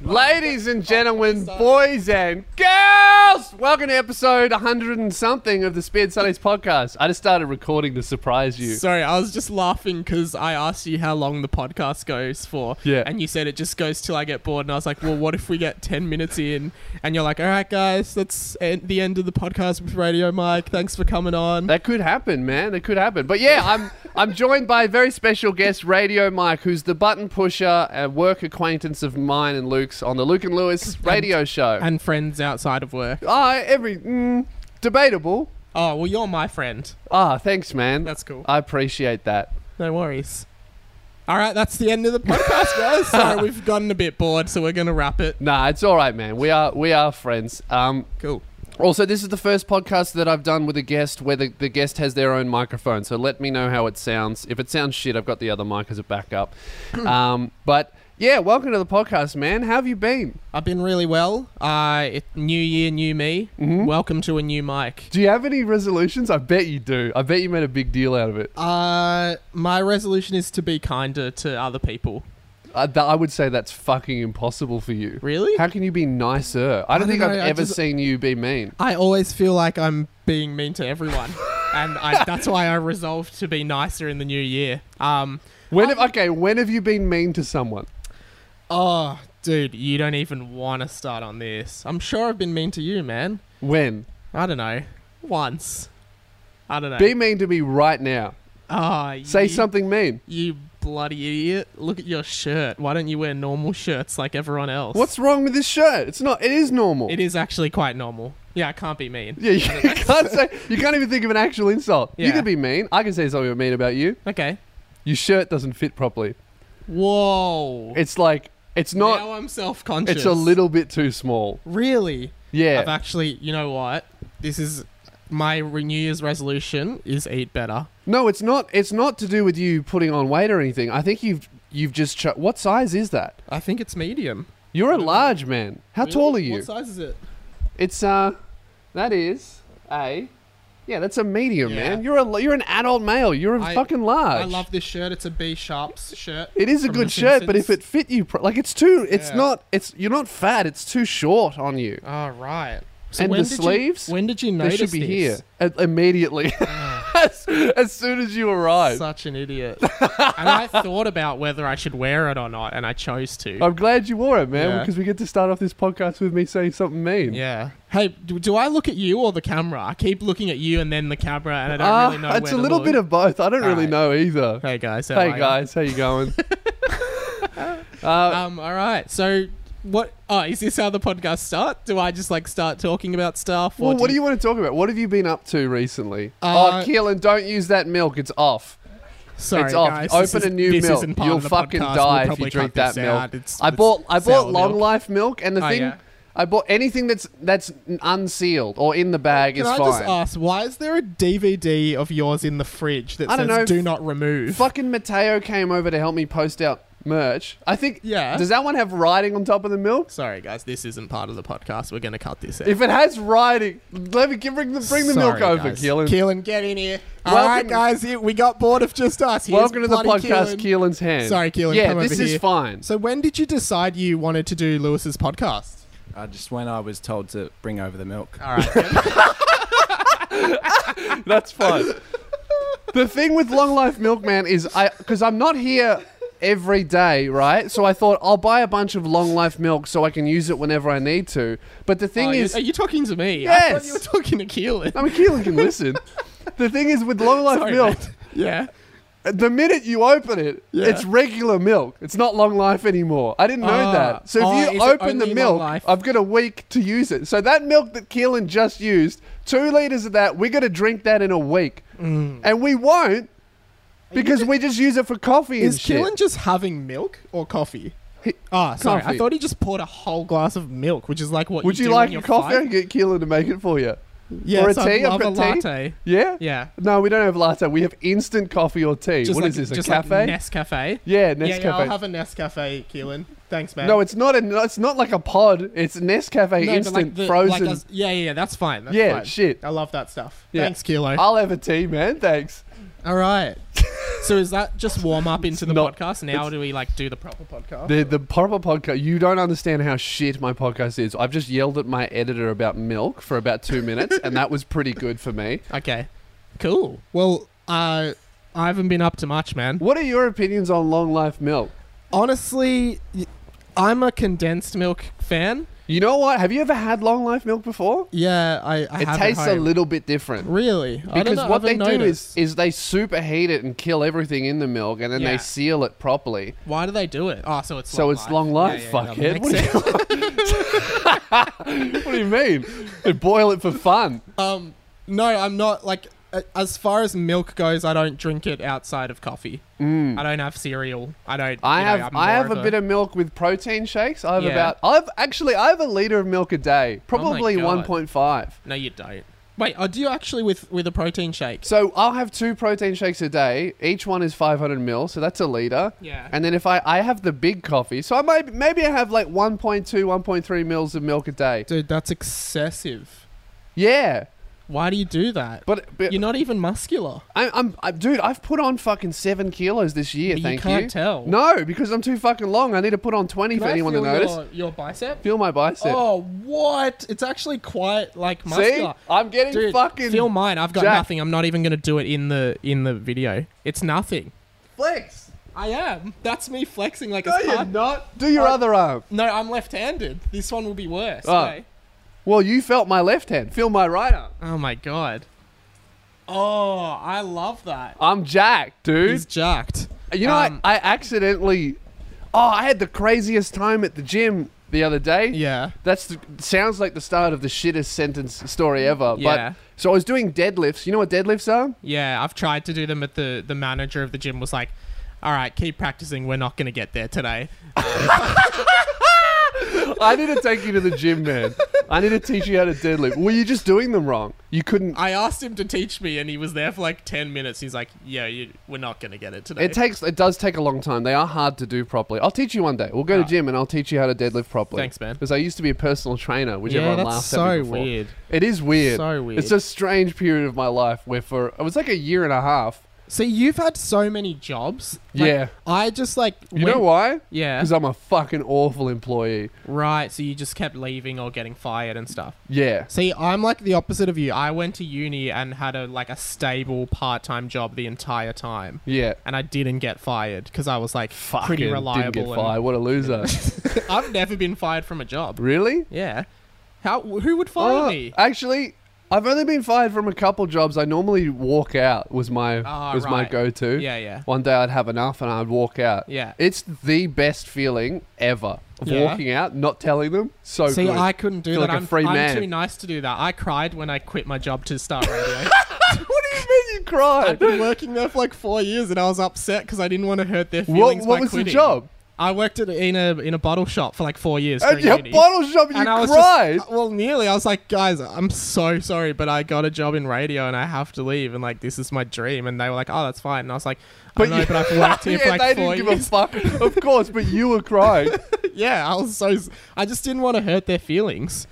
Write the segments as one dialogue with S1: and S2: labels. S1: Ladies
S2: Oh,
S1: and gentlemen, boys and girls, welcome to episode 100 and something of the Speared Sundays podcast. I just started recording to surprise you.
S2: Sorry, I was just laughing because I asked you how long the podcast goes for.
S1: Yeah.
S2: And you said it just goes till I get bored. And I was like, well, what if we get 10 minutes in? And you're like, all right, guys, that's en- the end of the podcast with Radio Mike. Thanks for coming on.
S1: That could happen, man. That could happen. But yeah, I'm I'm joined by a very special guest, Radio Mike, who's the button pusher and work acquaintance of mine and Luke's on the Luke and Lewis radio show.
S2: And friends outside of work.
S1: Ah, every mm, debatable.
S2: Oh, well, you're my friend.
S1: Ah, thanks, man.
S2: That's cool.
S1: I appreciate that.
S2: No worries. All right, that's the end of the podcast, guys. Sorry, we've gotten a bit bored, so we're going to wrap it.
S1: Nah, it's all right, man. We are we are friends. Um,
S2: Cool.
S1: Also, this is the first podcast that I've done with a guest where the, the guest has their own microphone. So let me know how it sounds. If it sounds shit, I've got the other mic as a backup. um, but yeah, welcome to the podcast, man. How have you been?
S2: I've been really well. Uh, it, new year, new me.
S1: Mm-hmm.
S2: Welcome to a new mic.
S1: Do you have any resolutions? I bet you do. I bet you made a big deal out of it.
S2: Uh, my resolution is to be kinder to other people.
S1: I, th- I would say that's fucking impossible for you.
S2: Really?
S1: How can you be nicer? I don't,
S2: don't
S1: think
S2: know,
S1: I've
S2: I
S1: ever
S2: just-
S1: seen you be mean.
S2: I always feel like I'm being mean to everyone, and I, that's why I resolved to be nicer in the new year. Um,
S1: When have, okay, when have you been mean to someone?
S2: oh, dude, you don't even want to start on this. I'm sure I've been mean to you, man.
S1: When?
S2: I don't know, once. I don't know.
S1: Be mean to me right now.
S2: Ah,
S1: Say
S2: you,
S1: something mean.
S2: You bloody idiot! Look at your shirt. Why don't you wear normal shirts like everyone else?
S1: What's wrong with this shirt? It's not. It is normal.
S2: It is actually quite normal. Yeah, I can't be mean.
S1: Yeah, you can't say. You can't even think of an actual insult. You
S2: Yeah.
S1: could be mean. I can say something mean about you.
S2: Okay.
S1: Your shirt doesn't fit properly.
S2: Whoa.
S1: It's like it's not.
S2: now I'm self-conscious.
S1: It's a little bit too small.
S2: Really?
S1: Yeah.
S2: I've actually, you know what? This is my re- New Year's resolution is eat better.
S1: No, it's not. It's not to do with you putting on weight or anything. I think you've you've just. Ch- what size is that?
S2: I think it's medium.
S1: You're a large man. How tall are you?
S2: What size is it?
S1: It's uh, that is a. Yeah, that's a medium,
S2: Yeah.
S1: man. You're a you're an adult male. You're a
S2: I-
S1: fucking large.
S2: I love this shirt. It's a B Sharps shirt.
S1: It is a
S2: from
S1: good
S2: The
S1: shirt, but if
S2: Simpsons.
S1: it fit you, pro- like it's too, it's
S2: Yeah.
S1: not, it's you're not fat. It's too short on you.
S2: Oh, right. So
S1: And
S2: when
S1: the
S2: did
S1: sleeves?
S2: You, when did you
S1: They
S2: notice
S1: should be
S2: this?
S1: here uh, immediately, as, as soon as you arrive.
S2: Such an idiot. and I thought about whether I should wear it or not, and I chose to.
S1: I'm glad you wore it, man,
S2: Yeah.
S1: because we get to start off this podcast with me saying something mean.
S2: yeah. Hey, do, do I look at you or the camera? I keep looking at you and then the camera, and I don't
S1: Ah,
S2: really know.
S1: it's
S2: where
S1: a
S2: to
S1: little
S2: look.
S1: bit of both. I don't really
S2: Alright.
S1: know either.
S2: Hey guys. how
S1: Hey,
S2: are you?
S1: guys, how you going? uh,
S2: Um, all right. So, what? Oh, is this how the podcast start? Do I just like start talking about stuff?
S1: well, what do you want to talk about? What have you been up to recently?
S2: Uh,
S1: oh, Keelan, don't use that milk. It's off.
S2: Sorry,
S1: it's off.
S2: guys, this
S1: Open a
S2: is-
S1: new
S2: this
S1: milk.
S2: isn't part
S1: You'll
S2: of the
S1: fucking die
S2: podcast. We'll
S1: if you
S2: probably
S1: drink
S2: cut
S1: that
S2: this
S1: milk.
S2: out. It's-
S1: I
S2: it's
S1: bought I bought
S2: sour
S1: long
S2: milk.
S1: life milk, and the
S2: Oh,
S1: thing
S2: yeah.
S1: I bought anything that's that's unsealed or in the bag
S2: Can
S1: is
S2: I
S1: fine.
S2: just ask why is there a DVD of yours in the fridge that
S1: I
S2: says
S1: don't know.
S2: "Do not remove"?
S1: Fucking Mateo came over to help me post out merch. I think.
S2: Yeah.
S1: Does that one have writing on top of the milk?
S2: Sorry, guys, this isn't part of the podcast. We're gonna cut this out.
S1: If it has writing, let me give, bring the bring the milk
S2: Sorry,
S1: over,
S2: guys.
S1: Keelan.
S2: Keelan, get in here. All right,
S1: Welcome-
S2: guys, here- we got bored of just us. Here's
S1: Welcome to the
S2: bloody
S1: podcast,
S2: Keelan.
S1: Keelan's hand.
S2: Sorry, Keelan,
S1: Yeah,
S2: come
S1: this
S2: over
S1: is
S2: here.
S1: fine.
S2: So, when did you decide you wanted to do Lewis's podcast?
S3: Uh, just when I was told to bring over the milk.
S2: All right.
S1: That's fine. the thing with Long Life Milkman is I because I'm not here every day, right? So I thought I'll buy a bunch of Long Life milk so I can use it whenever I need to. But the thing
S2: Oh, you-
S1: is,
S2: are you talking to me? I thought
S1: Yes.
S2: you were talking to Keelan.
S1: I mean, Keelan can listen. The thing is, with long life
S2: Sorry,
S1: milk,
S2: mate. Yeah.
S1: the minute you open it,
S2: Yeah.
S1: it's regular milk. It's not long life anymore. I didn't know
S2: Ah.
S1: that. So if
S2: Oh,
S1: you
S2: is it
S1: open the
S2: only Long
S1: milk,
S2: Life?
S1: I've got a week to use it. So that milk that Keelan just used, two liters of that, we're going to drink that in a week.
S2: Mm.
S1: And we won't because we just use it for coffee
S2: Is
S1: and shit.
S2: Keelan just having milk or coffee?
S1: He-
S2: Ah, sorry.
S1: coffee.
S2: I thought he just poured a whole glass of milk, which is like what
S1: Would
S2: you,
S1: you
S2: do
S1: like
S2: when
S1: a
S2: you're
S1: coffee? I
S2: five.
S1: can get Keelan to make it for you.
S2: Yes,
S1: or a tea?
S2: I'd love
S1: I've
S2: a
S1: got tea.
S2: latte.
S1: Yeah?
S2: Yeah.
S1: No, we don't have latte. We have instant coffee or tea. What is
S2: Just like,
S1: this? A
S2: just
S1: cafe?
S2: Like Nescafe.
S1: yeah,
S2: Yeah,
S1: Nescafe.
S2: yeah, I'll have a Nescafe, Keelan. Thanks, man.
S1: no, it's not a. It's not like a pod. It's Nescafe
S2: No, but
S1: instant
S2: like the-
S1: frozen.
S2: like us- yeah, yeah, yeah. That's fine. That's
S1: Yeah,
S2: fine.
S1: shit.
S2: I love that stuff.
S1: Yeah.
S2: Thanks, Kilo.
S1: I'll have a tea, man. Thanks.
S2: All right. So is that just warm up into the
S1: not-
S2: podcast? Now do we like do the proper podcast?
S1: The the proper podcast. You don't understand how shit my podcast is. I've just yelled at my editor about milk for about two minutes, and that was pretty good for me.
S2: okay, cool. Well, uh, I haven't been up to much, man.
S1: What are your opinions on long life milk?
S2: Honestly, y- I'm a condensed milk fan.
S1: You know what? Have you ever had long life milk before?
S2: Yeah, I, I
S1: it
S2: have
S1: tastes
S2: at
S1: a
S2: home.
S1: little bit different.
S2: really I don't
S1: Because
S2: know, I
S1: what they
S2: haven't
S1: do
S2: noticed.
S1: is, is they superheat it and kill everything in the milk, and then
S2: Yeah.
S1: they seal it properly.
S2: why do they do it? Oh, so it's
S1: So
S2: long
S1: it's long life,
S2: Yeah, yeah, yeah,
S1: fuckhead.
S2: that
S1: What do
S2: makes
S1: you- What do you mean? They boil it for fun.
S2: Um, no, I'm not like a- as far as milk goes. I don't drink it outside of coffee. I don't have cereal. I don't.
S1: Mm. I
S2: you know,
S1: have
S2: I'm
S1: I
S2: more
S1: have a bit of milk with protein shakes. I have
S2: Yeah. Oh
S1: about I've actually I have a liter of milk a day, probably
S2: God.
S1: 1.5.
S2: No, you don't. Wait, oh, do you actually with with a protein shake?
S1: So I'll have two protein shakes a day. Each one is 500 mil, so that's a liter.
S2: Yeah.
S1: And then if I I have the big coffee, so I might maybe I have like 1.2, 1.3 mils of milk a day.
S2: Dude, that's excessive.
S1: Yeah,
S2: Why do you do that?
S1: but, but
S2: You're not even muscular.
S1: I, I'm I, dude, I've put on fucking seven kilos this year.
S2: you
S1: thank
S2: can't tell.
S1: No, because I'm too fucking long. I need to put on 20
S2: Can
S1: for
S2: I
S1: anyone to
S2: feel
S1: notice.
S2: Your, your bicep?
S1: Feel my bicep.
S2: Oh, what? It's actually quite like
S1: See,
S2: muscular.
S1: I'm getting
S2: Dude,
S1: fucking
S2: feel mine. I've got
S1: jacked.
S2: nothing. I'm not even gonna do it in the in the video. It's nothing.
S1: flex.
S2: I am. That's me flexing like
S1: No,
S2: it's
S1: you're
S2: hard-
S1: not. Do your
S2: I-
S1: other arm.
S2: No, I'm left-handed. This one will be worse.
S1: Oh.
S2: eh?
S1: Well, you felt my left hand. Feel my right arm.
S2: Oh my god. Oh, I love that.
S1: I'm jacked, dude.
S2: He's jacked.
S1: You know,
S2: Um,
S1: I, I accidentally. Oh, I had the craziest time at the gym the other day.
S2: Yeah.
S1: That's the, sounds like the start of the shittest sentence story ever.
S2: Yeah.
S1: But so I was doing deadlifts. You know what deadlifts are?
S2: Yeah, I've tried to do them but the the manager of the gym was like, "All right, keep practicing. We're not going to get there today."
S1: I need to take you to the gym, man. I need to teach you how to deadlift. Were you just doing them wrong? You couldn't.
S2: I asked him to teach me and he was there for like 10 minutes. He's like, "Yeah, you, we're not going to get it today."
S1: It takes. It does take a long time. They are hard to do properly. I'll teach you one day. We'll go
S2: Right.
S1: to gym and I'll teach you how to deadlift properly.
S2: Thanks, man.
S1: Because I used to be a personal trainer, which
S2: yeah,
S1: everyone
S2: that's
S1: laughs at me
S2: so
S1: before.
S2: weird.
S1: It is weird.
S2: So weird.
S1: It's a strange period of my life where for it was like a year and a half.
S2: So you've had so many jobs.
S1: Yeah.
S2: I just like
S1: You
S2: went-
S1: know why?
S2: Yeah.
S1: Because I'm a fucking awful employee.
S2: Right, so you just kept leaving or getting fired and stuff.
S1: Yeah.
S2: See, I'm like the opposite of you. I went to uni and had a like a stable part-time job the entire time,
S1: Yeah.
S2: and I didn't get fired because I was like
S1: Fucking
S2: pretty reliable.
S1: Didn't get
S2: and-
S1: fired. What a loser.
S2: I've never been fired from a job.
S1: really?
S2: Yeah, how? Who would fire
S1: Oh,
S2: me?
S1: Actually, I've only been fired from a couple jobs. I normally walk out was my
S2: Ah,
S1: was my
S2: right.
S1: go-to.
S2: Yeah, yeah.
S1: One day I'd have enough and I'd walk out.
S2: Yeah.
S1: It's the best feeling ever. Of
S2: Yeah.
S1: Walking out, not telling them. So
S2: See,
S1: oh, good.
S2: I couldn't do
S1: Feel
S2: that.
S1: like a
S2: I'm,
S1: free
S2: I'm
S1: man.
S2: too nice to do that. I cried when I quit my job to start radio.
S1: what do you mean you cried?
S2: I've been working there for like four years, and I was upset because I didn't want to hurt their
S1: What,
S2: feelings.
S1: what
S2: by
S1: was the
S2: quitting.
S1: job?
S2: I worked at, in a in a bottle shop for like four years.
S1: At
S2: during
S1: your
S2: uni.
S1: bottle shop, you
S2: and I was
S1: cried.
S2: just well, nearly. I was like, guys, I'm so sorry, but I got a job in radio and I have to leave, and like this is my dream. And they were like, oh, that's fine. And I was like, I
S1: But
S2: don't know,
S1: you-
S2: but I've worked here for
S1: yeah,
S2: like
S1: they didn't
S2: four
S1: give a
S2: years.
S1: fuck. Of course, but you were crying.
S2: yeah, I was so. s- I just didn't want to hurt their feelings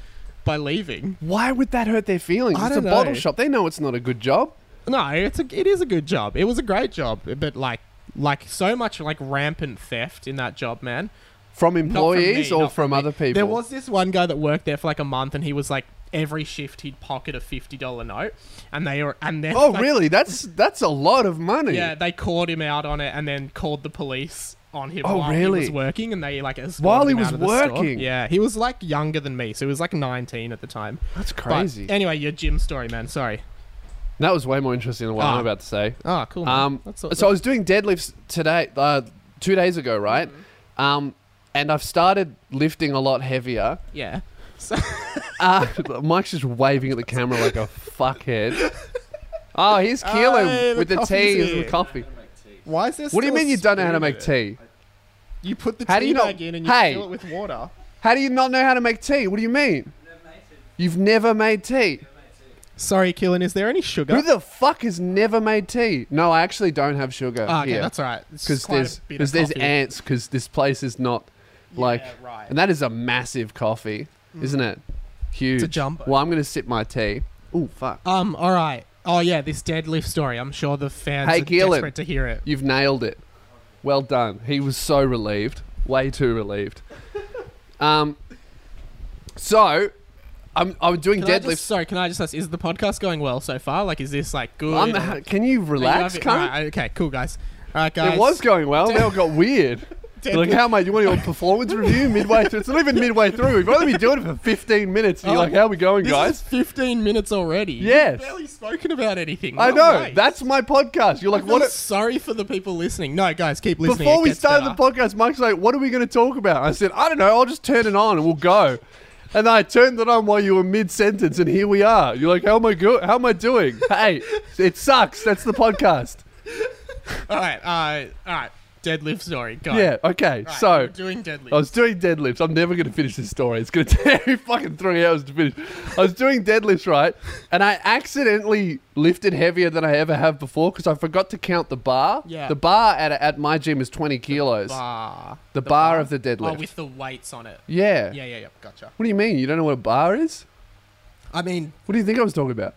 S2: by leaving.
S1: Why would that hurt their feelings?
S2: I
S1: it's a
S2: don't know.
S1: bottle shop. They know it's not a good job.
S2: No, it's a it is a good job. It was a great job, but like like so much like rampant theft in that job, man.
S1: From
S2: Not from me,
S1: employees or
S2: not
S1: from
S2: me.
S1: other people?
S2: There was this one guy that worked there for like a month, and he was like every shift he'd pocket a fifty dollar note, and they were and then
S1: Oh,
S2: like,
S1: really? That's that's a lot of money.
S2: Yeah, they called him out on it, and then called the police on him
S1: Oh,
S2: while
S1: really?
S2: he was working, and they like escorted
S1: While he
S2: him
S1: was
S2: out of the store.
S1: working?
S2: Yeah, he was like younger than me, so he was like nineteen at the time.
S1: That's
S2: But
S1: crazy.
S2: anyway, your gym story, man. Sorry.
S1: that was way more interesting than what
S2: Ah.
S1: I'm about to say.
S2: Oh, cool. Man.
S1: Um,
S2: That's
S1: so
S2: all-
S1: I was doing deadlifts today, uh, two days ago, right?
S2: Mm-hmm.
S1: Um, and I've started lifting a lot heavier.
S2: yeah. So, Ah.
S1: Uh, Mike's just waving at the camera like a fuckhead. Oh, he's killing
S2: Hey, the
S1: with the
S2: coffee's
S1: tea
S2: here.
S1: and the coffee.
S2: why is this?
S1: What do you mean you don't know how to make tea?
S2: You put the
S1: How
S2: tea
S1: do you not-
S2: bag in and you
S1: Hey.
S2: fill it with water.
S1: How do you not know how to make tea? What do you mean? You've never made tea.
S2: Sorry, Killen. Is there any sugar?
S1: Who the fuck has never made tea? No, I actually don't have sugar
S2: Ah, okay,
S1: here
S2: that's all right. It's
S1: because
S2: just quite a
S1: there's
S2: bit
S1: because
S2: of
S1: there's
S2: coffee.
S1: ants because this place is not like
S2: Yeah, right. Mm.
S1: and that is a massive coffee, isn't it? Huge.
S2: jumbo.
S1: Well, I'm gonna sip my tea. Oh fuck.
S2: Um, all right. Oh yeah, this deadlift story. I'm sure the fans
S1: Hey,
S2: are
S1: Keelan.
S2: desperate to hear it.
S1: You've nailed it. Well done. He was so relieved. Way too relieved. Um, so, I'm, I'm doing
S2: Can I
S1: deadlifts.
S2: just- sorry, can I just ask? Is the podcast going well so far? Like, is this like good?
S1: I'm,
S2: or-
S1: ha-
S2: Are
S1: can you
S2: you
S1: relax,
S2: having-
S1: cunt?
S2: alright, okay, cool guys. All right, guys.
S1: It was going well. Now it got weird.
S2: Deadlift.
S1: Like, how, mate? You want your performance review midway through? It's not even midway through. We've only been doing it for 15 minutes. And you're
S2: Oh,
S1: like, how are we going,
S2: This
S1: guys?
S2: is 15 minutes already. You've
S1: Yes.
S2: barely spoken about anything.
S1: I
S2: What a
S1: know.
S2: waste.
S1: That's my podcast. You're like,
S2: I feel
S1: what? a-
S2: sorry for the people listening. No, guys, keep listening.
S1: Before
S2: It
S1: we
S2: gets
S1: started
S2: better.
S1: the podcast, Mike's like, what are we going to talk about? I said, I don't know. I'll just turn it on and we'll go. And I turned it on while you were mid sentence, and here we are. You're like, how am I good? How am I doing? hey, it sucks. That's the podcast.
S2: All right, uh, all right. Deadlift story. Go.
S1: Yeah. Okay.
S2: All right,
S1: so.
S2: we're doing deadlift.
S1: I was doing deadlifts. I'm never going to finish this story. It's going to take me fucking three hours to finish. I was doing deadlifts, right? And I accidentally lifted heavier than I ever have before because I forgot to count the bar.
S2: Yeah.
S1: The bar at, at my gym is 20 kilos.
S2: bar.
S1: The bar of the deadlift.
S2: Ah. Oh, with the weights on it.
S1: yeah.
S2: Yeah, yeah, yeah. Gotcha.
S1: What do you mean? You don't know what a bar is?
S2: I mean,
S1: What do you think I was talking about?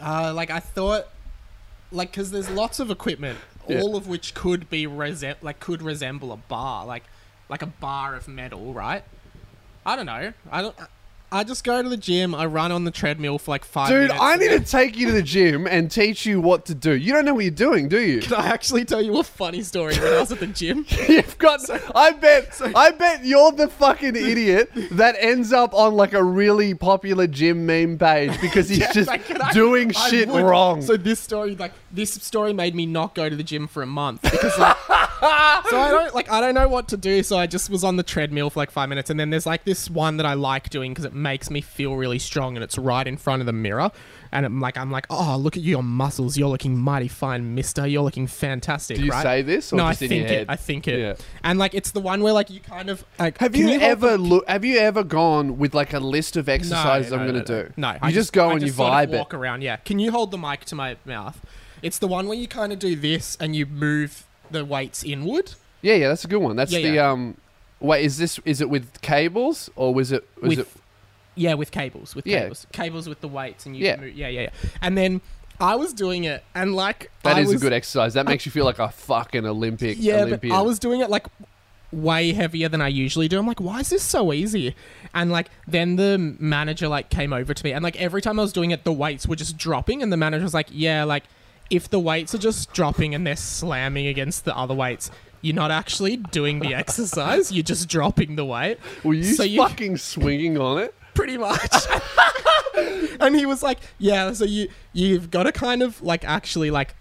S2: Uh, like I thought, like because there's lots of equipment,
S1: Yeah.
S2: all of which could be resem- like could resemble a bar, like like a bar of metal, right? I don't know. I don't. I just go to the gym. I run on the treadmill for like five.
S1: Dude,
S2: minutes
S1: I
S2: and
S1: need
S2: then-
S1: to take you to the gym and teach you what to do. You don't know what you're doing, do you?
S2: Can I actually tell you a funny story when I was at the gym?
S1: You've got. I bet. I bet you're the fucking idiot that ends up on like a really popular gym meme page because he's just
S2: Like, can I-
S1: doing
S2: I
S1: shit
S2: would-
S1: wrong.
S2: So this story, like this story, made me not go to the gym for a month because, like, so I don't like I don't know what to do. So I just was on the treadmill for like five minutes, and then there's like this one that I like doing because it makes me feel really strong, and it's right in front of the mirror, and I'm like I'm like, oh look at your muscles, you're looking mighty fine, Mister, you're looking fantastic.
S1: do you
S2: right?
S1: say this or
S2: no, I
S1: just in
S2: think
S1: your head?
S2: it. I think it.
S1: Yeah.
S2: And like it's the one where like you kind of like
S1: have
S2: can
S1: you,
S2: hold the-
S1: ever look? Have you ever gone with like a list of exercises I'm
S2: no,
S1: going to
S2: no,
S1: do?
S2: No,
S1: you
S2: I
S1: just, go
S2: I
S1: and you
S2: sort of
S1: vibe it.
S2: Walk around, yeah. Can you hold the mic to my mouth? It's the one where you kind of do this and you move the weights inward
S1: Yeah, yeah, that's a good one. That's
S2: Yeah,
S1: the
S2: yeah.
S1: um. Wait, is this is it with cables or was it was
S2: with,
S1: it
S2: yeah, with cables, with
S1: Yeah.
S2: cables, cables with the weights, and you
S1: Yeah.
S2: move, yeah, yeah, yeah. And then I was doing it, and like
S1: That
S2: I
S1: is
S2: was-
S1: a good exercise. That makes you feel like a fucking Olympic
S2: yeah,
S1: Olympian.
S2: but I was doing it like way heavier than I usually do. I'm like, why is this so easy? And like then the manager like came over to me and like every time I was doing it the weights were just dropping and the manager was like, "Yeah, like if the weights are just dropping and they're slamming against the other weights, you're not actually doing the exercise. You're just dropping the weight."
S1: Were you
S2: so you-
S1: fucking swinging on it?
S2: pretty much. and he was like, "Yeah, so you you've got to kind of like actually like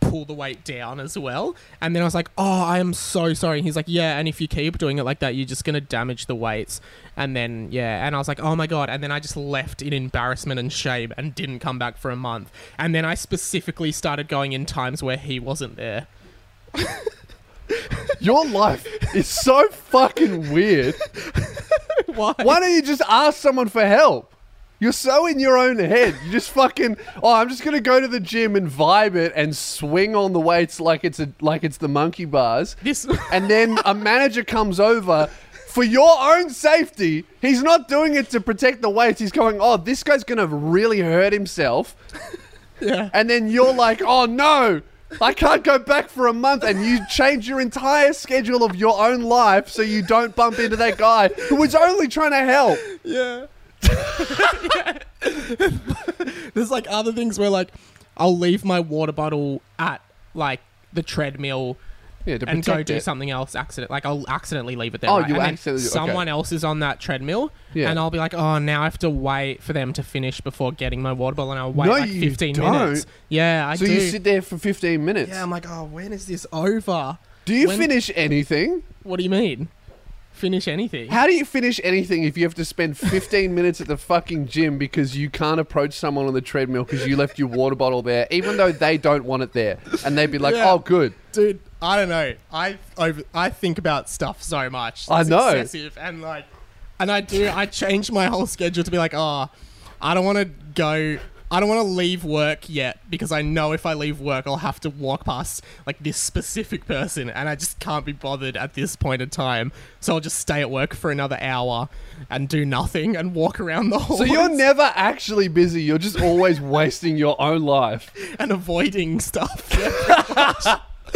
S2: pull the weight down as well." And then I was like, "Oh, I am so sorry." And he's like, "Yeah, and if you keep doing it like that, you're just gonna damage the weights." And then yeah, and I was like, "Oh my god!" And then I just left in embarrassment and shame and didn't come back for a month. And then I specifically started going in times where he wasn't there.
S1: Your life is so fucking weird.
S2: Why?
S1: Why don't you just ask someone for help? You're so in your own head. You just fucking oh, I'm just gonna go to the gym and vibe it and swing on the weights like it's a like it's the monkey bars.
S2: This.
S1: and then a manager comes over for your own safety. He's not doing it to protect the weights. He's going, oh, this guy's gonna really hurt himself.
S2: yeah.
S1: And then you're like, oh no, I can't go back for a month. And you change your entire schedule of your own life so you don't bump into that guy who was only trying to help.
S2: Yeah. There's like other things where like I'll leave my water bottle at like the treadmill
S1: Yeah, to
S2: and go
S1: protect
S2: do
S1: it.
S2: something else accident like I'll accidentally leave it there.
S1: Oh,
S2: right?
S1: you
S2: And then
S1: accidentally- okay.
S2: someone else is on that treadmill
S1: Yeah.
S2: and I'll be like, "Oh, now I have to wait for them to finish before getting my water bottle and I'll wait
S1: No,
S2: like
S1: you
S2: 15
S1: don't.
S2: minutes." Yeah, I
S1: So
S2: do.
S1: you sit there for 15 minutes.
S2: yeah, I'm like, "Oh, when is this over?"
S1: do you
S2: when-
S1: finish anything?
S2: What do you mean? Finish anything?
S1: How do you finish anything if you have to spend 15 minutes at the fucking gym because you can't approach someone on the treadmill because you left your water bottle there, even though they don't want it there? And they'd be like,
S2: Yeah.
S1: oh, good.
S2: dude i don't know i over i think about stuff so much
S1: I
S2: It's
S1: know.
S2: excessive and "Ah, like and i do i change my whole schedule to be like oh i don't want to go I don't want to leave work yet because I know if I leave work, I'll have to walk past like this specific person, and I just can't be bothered at this point in time. So I'll just stay at work for another hour and do nothing and walk around the hall.
S1: So you're never actually busy. You're just always wasting your own life.
S2: and avoiding stuff.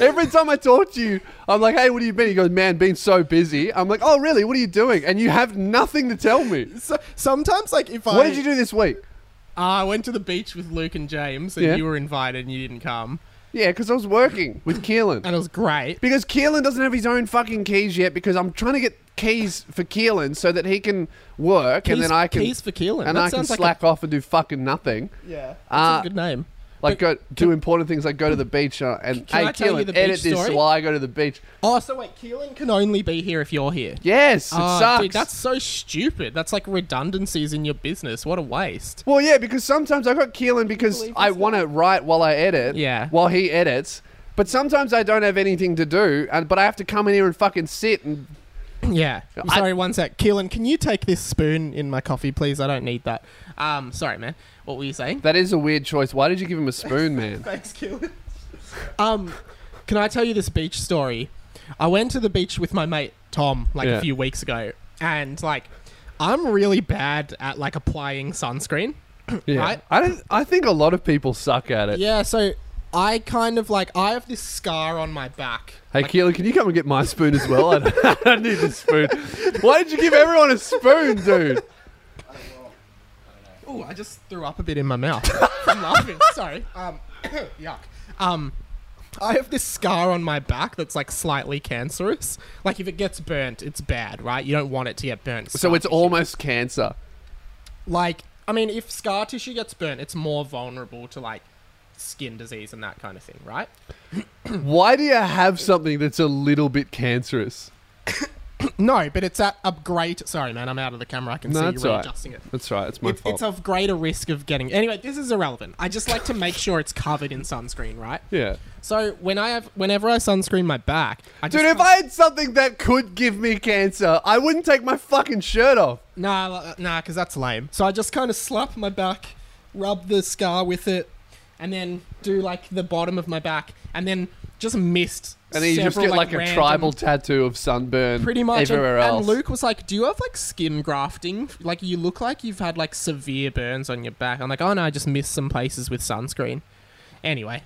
S1: Every time I talk to you, I'm like, "Hey, what have you been?" He goes, "Man, been so busy." I'm like, "Oh, really? What are you doing?" And you have nothing to tell me.
S2: so, sometimes, like if I
S1: What did you do this week?
S2: Uh, I went to the beach with Luke and James, and
S1: Yeah.
S2: you were invited and you didn't come,
S1: Yeah, because I was working with Keelan.
S2: and it was great.
S1: Because Keelan doesn't have his own fucking keys yet because I'm trying to get keys for Keelan so that he can work and
S2: Keys-
S1: then I can
S2: keys for Keelan.
S1: and
S2: That
S1: I can
S2: sounds like
S1: slack off and do fucking nothing.
S2: a, yeah. That's
S1: Uh,
S2: a good name.
S1: Like go do important things like go to the beach uh, and
S2: Can
S1: hey
S2: I tell you
S1: Keelan
S2: the
S1: edit
S2: beach
S1: this
S2: story?
S1: while I go to the beach.
S2: Oh, so wait, Keelan can only be here if you're here.
S1: Yes, it
S2: Oh,
S1: sucks.
S2: Dude, that's so stupid. That's like redundancies in your business. What a waste.
S1: well, yeah, because sometimes I got Keelan because
S2: Believe
S1: I
S2: this
S1: want to write while I edit.
S2: Yeah.
S1: While he edits, but sometimes I don't have anything to do, and but I have to come in here and fucking sit and
S2: Yeah.
S1: I-
S2: sorry, one sec. Keelan, can you take this spoon in my coffee, please? I don't need that. Um, sorry, man. What were you saying?
S1: that is a weird choice. Why did you give him a spoon, man?
S2: Thanks, Keelan. um, can I tell you this beach story? I went to the beach with my mate Tom like
S1: Yeah.
S2: a few weeks ago, and like, I'm really bad at like applying sunscreen.
S1: Yeah.
S2: Right?
S1: I don't I think a lot of people suck at it.
S2: Yeah, so I kind of like I have this scar on my back.
S1: Hey Keelan, can you come and get my spoon as well? I, don't- I need the spoon. Why did you give everyone a spoon, dude?
S2: Oh, I just threw up a bit in my mouth from laughing. Sorry. Um, yuck. Um, I have this scar on my back that's like slightly cancerous. Like if it gets burnt, it's bad, right? You don't want it to get burnt.
S1: So it's almost cancer.
S2: like I mean, if scar tissue gets burnt, it's more vulnerable to like skin disease and that kind of thing, right?
S1: Why do you have something that's a little bit cancerous?
S2: No, but it's at a great. Sorry, man, I'm out of the camera. I can
S1: No,
S2: see
S1: that's
S2: you
S1: all right.
S2: readjusting it.
S1: That's right, it's my
S2: It's-
S1: fault.
S2: it's of greater risk of getting. Anyway, this is irrelevant. I just like to make sure it's covered in sunscreen, right?
S1: yeah.
S2: So when I have, whenever I sunscreen my back, I just
S1: Dude, if I had something that could give me cancer, I wouldn't take my fucking shirt off.
S2: nah uh, nah, because that's lame. So I just kind of slap my back, rub the scar with it, and then do like the bottom of my back, and then just mist.
S1: And then you just
S2: several,
S1: get like, a
S2: random-
S1: tribal tattoo of sunburn
S2: Pretty much, and,
S1: everywhere else.
S2: and Luke was like, "Do you have like skin grafting? Like, you look like you've had like severe burns on your back." I'm like, "Oh no, I just missed some places with sunscreen." Anyway,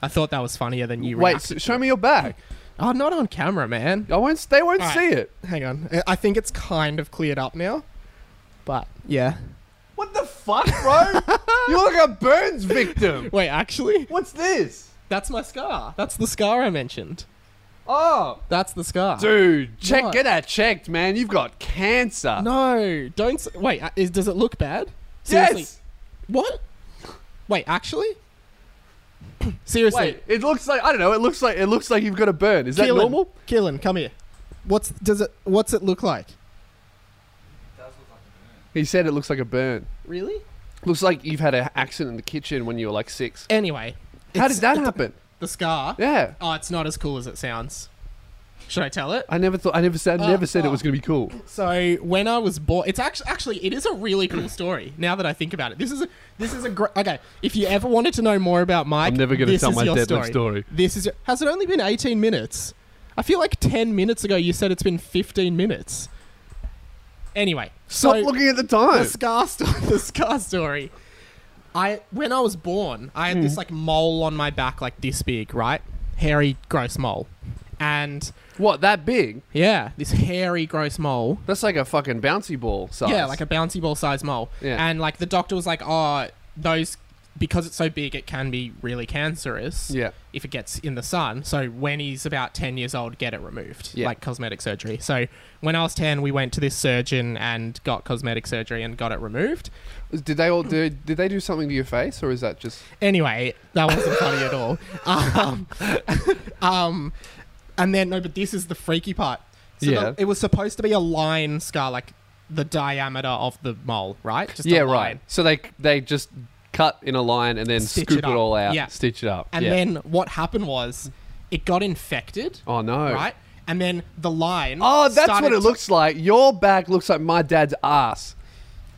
S2: I thought that was funnier than you.
S1: Wait,
S2: reacted
S1: s-
S2: to
S1: show
S2: it.
S1: me your back.
S2: Oh, not on camera, man.
S1: I won't. They won't
S2: All
S1: see
S2: right.
S1: it.
S2: Hang on. I- I think it's kind of cleared up now. But yeah.
S1: What the fuck, bro? you look like a burns victim.
S2: Wait, actually,
S1: What's this?
S2: that's my scar. That's the scar I mentioned.
S1: Oh,
S2: That's the scar.
S1: dude, check
S2: What?
S1: get that checked, man. You've got cancer.
S2: No, don't. s- Wait, uh, is, does it look bad? Seriously.
S1: yes.
S2: What? Wait, actually? Seriously.
S1: Wait, it looks like I don't know. It looks like it looks like you've got a burn. Is that
S2: Keelan,
S1: normal?
S2: Keelan, come here. What's does it? What's it look like?
S1: He said it looks like a burn.
S2: Really?
S1: Looks like you've had an accident in the kitchen when you were like six.
S2: Anyway,
S1: How
S2: it's-
S1: did that
S2: it-
S1: happen?
S2: The scar.
S1: Yeah,
S2: Oh, it's not as cool as it sounds. Should I tell it?
S1: I never thought. I never said. I
S2: Uh,
S1: never said it
S2: uh.
S1: was gonna be cool.
S2: So when I was born, it's actually actually it is a really cool story. Now that I think about it, this is a, this is a great. Okay, if you ever wanted to know more about Mike,
S1: I'm never gonna
S2: this
S1: tell
S2: is
S1: my
S2: your
S1: deadlift
S2: story.
S1: story.
S2: This is your- has it only been 18 minutes? I feel like 10 minutes ago you said it's been 15 minutes. Anyway,
S1: Stop
S2: so
S1: looking at the time.
S2: the scar story. The scar story. I when I was born, I had
S1: Hmm.
S2: this like mole on my back, like this big, right? Hairy, gross mole, and
S1: What that big?
S2: yeah, this hairy, gross mole.
S1: That's like a fucking bouncy ball size.
S2: Yeah, like a bouncy ball size mole.
S1: Yeah.
S2: And like the doctor was like, "Oh, those because it's so big, it can be really cancerous.
S1: Yeah.
S2: if it gets in the sun. So when he's about ten years old, get it removed,
S1: Yeah.
S2: like cosmetic surgery. So when I was ten, we went to this surgeon and got cosmetic surgery and got it removed.
S1: Did they all do? Did they do something to your face, or is that just?
S2: Anyway, that wasn't funny at all. Um, um, and then no, but this is the freaky part. So
S1: Yeah.
S2: the- it was supposed to be a line scar, like the diameter of the mole, right? Just a
S1: yeah,
S2: line.
S1: right. So they they just cut in a line and then
S2: Stitch
S1: scoop it,
S2: it up.
S1: all out,
S2: Yeah.
S1: stitch it up.
S2: And
S1: yeah.
S2: then what happened was it got infected,
S1: oh no,
S2: right? And then the line.
S1: Oh, that's
S2: started
S1: what it
S2: to-
S1: looks like. Your back looks like my dad's ass.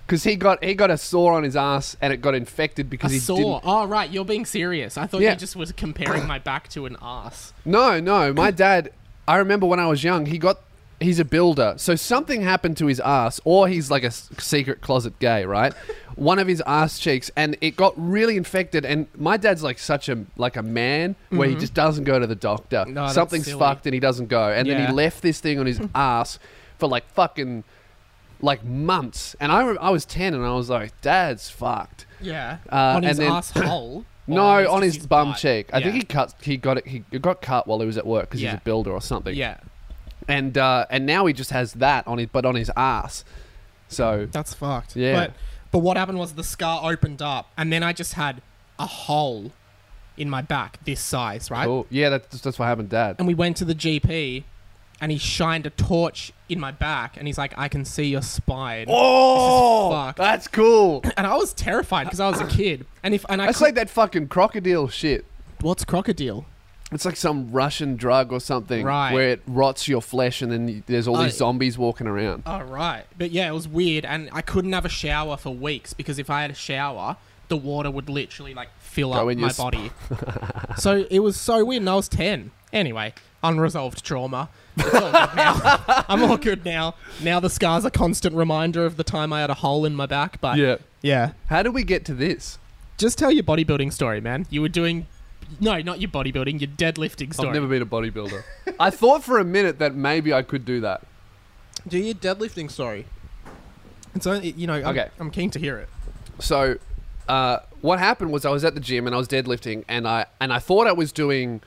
S1: because he got he got a sore on his ass and it got infected because
S2: A
S1: he
S2: sore.
S1: didn't.
S2: Oh, right. You're being serious. I thought
S1: Yeah.
S2: you just was comparing my back to an ass.
S1: No, no, my dad. I remember when I was young, he got. He's a builder, so something happened to his ass, or he's like a s- secret closet gay, right? One of his ass cheeks, and it got really infected. And my dad's like such a like a man where he just doesn't go to the doctor.
S2: Mm-hmm. No, that's
S1: Something's
S2: silly.
S1: fucked, and he doesn't go. And then
S2: Yeah.
S1: he left this thing on his ass for like fucking like months. And I re- I was ten, and I was like, Dad's fucked.
S2: Yeah.
S1: Uh,
S2: on
S1: and
S2: his
S1: then-
S2: asshole.
S1: No,
S2: Or
S1: on
S2: just
S1: his, bum
S2: butt?
S1: cheek. I
S2: Yeah.
S1: think he cut. He got it. He it got cut while he was at work because
S2: Yeah.
S1: he's a builder or something.
S2: Yeah.
S1: And uh, and now he just has that on his, but on his ass. So
S2: That's fucked.
S1: Yeah.
S2: But but what happened was the scar opened up, and then I just had a hole in my back this size, right?
S1: cool. Yeah, that's that's what happened, Dad.
S2: And we went to the GP, and he shined a torch in my back, and he's like, "I can see your spine." This is
S1: Oh,
S2: fucked.
S1: that's cool.
S2: And I was terrified because I was a kid, and if and I
S1: That's
S2: cou-
S1: like that fucking crocodile shit.
S2: what's crocodile?
S1: It's like some Russian drug or something,
S2: Right.
S1: Where it rots your flesh, and then you, there's all
S2: I-
S1: these zombies walking around.
S2: Oh right, but yeah, it was weird, and I couldn't have a shower for weeks because if I had a shower, the water would literally like fill
S1: Go
S2: up
S1: in
S2: my
S1: your sp-
S2: body. so it was so weird, and I was ten. Anyway, unresolved trauma. It's all good now. I'm all good now. Now the scar's a constant reminder of the time I had a hole in my back. But
S1: Yeah.
S2: yeah.
S1: How did we get to this?
S2: Just tell your bodybuilding story, man. You were doing, no, not your bodybuilding, your deadlifting story.
S1: I've never been a bodybuilder. I thought for a minute that maybe I could do that.
S2: Do your deadlifting story. It's only you know. I'm,
S1: Okay.
S2: I'm keen to hear it.
S1: So, uh, what happened was I was at the gym and I was deadlifting, and I and I thought I was doing.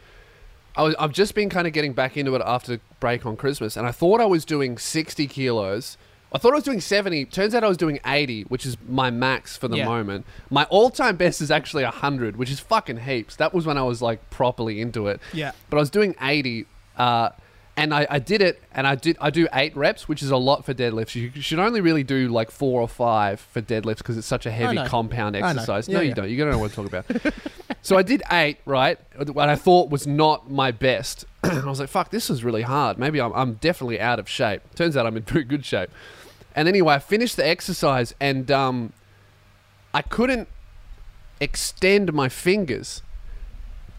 S1: I was, I've just been kind of getting back into it after the break on Christmas, and I thought I was doing sixty kilos. I thought I was doing seventy. Turns out I was doing eighty, which is my max for the
S2: Yeah.
S1: moment. My all-time best is actually hundred, which is fucking heaps. That was when I was like properly into it.
S2: Yeah.
S1: But I was doing eighty. Uh, and I, I did it, and I did. I do eight reps, which is a lot for deadlifts. You should only really do like four or five for deadlifts because it's such a heavy
S2: know.
S1: compound
S2: I know.
S1: exercise.
S2: Yeah,
S1: no, you
S2: yeah.
S1: don't. You don't know what I'm talking about. so I did eight, right? What I thought was not my best. I was like, fuck, this is really hard. Maybe I'm, I'm definitely out of shape. Turns out I'm in pretty good shape. And anyway, I finished the exercise and um, I couldn't extend my fingers.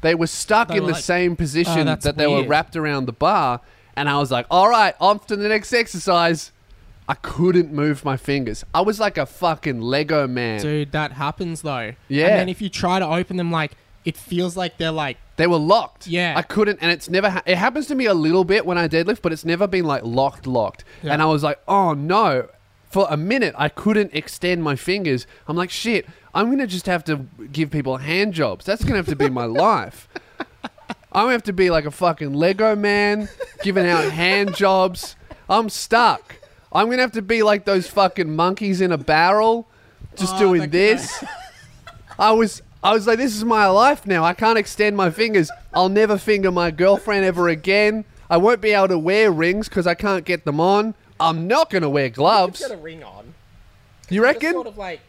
S1: They were stuck
S2: They
S1: in
S2: were
S1: the
S2: like- oh,
S1: same position
S2: that's
S1: that they were
S2: weird.
S1: wrapped around the bar. And I was like, all right, on to the next exercise. I couldn't move my fingers. I was like a fucking Lego man.
S2: Dude, that happens though.
S1: Yeah.
S2: And then if you try to open them, like it feels like they're like
S1: They were locked.
S2: Yeah.
S1: I couldn't, and it's never. Ha- it happens to me a little bit when I deadlift, but it's never been like locked, locked.
S2: Yeah.
S1: And I was like, oh no. For a minute, I couldn't extend my fingers. I'm like, shit. I'm gonna just have to give people hand jobs. That's gonna have to be my life. I'm gonna have to be like a fucking Lego man, giving out hand jobs. I'm stuck. I'm gonna have to be like those fucking monkeys in a barrel, just
S2: Oh,
S1: doing
S2: that-
S1: this. I was I was like, this is my life now. I can't extend my fingers. I'll never finger my girlfriend ever again. I won't be able to wear rings because I can't get them on. I'm not gonna wear gloves.
S2: get a ring on.
S1: You reckon?
S2: sort of like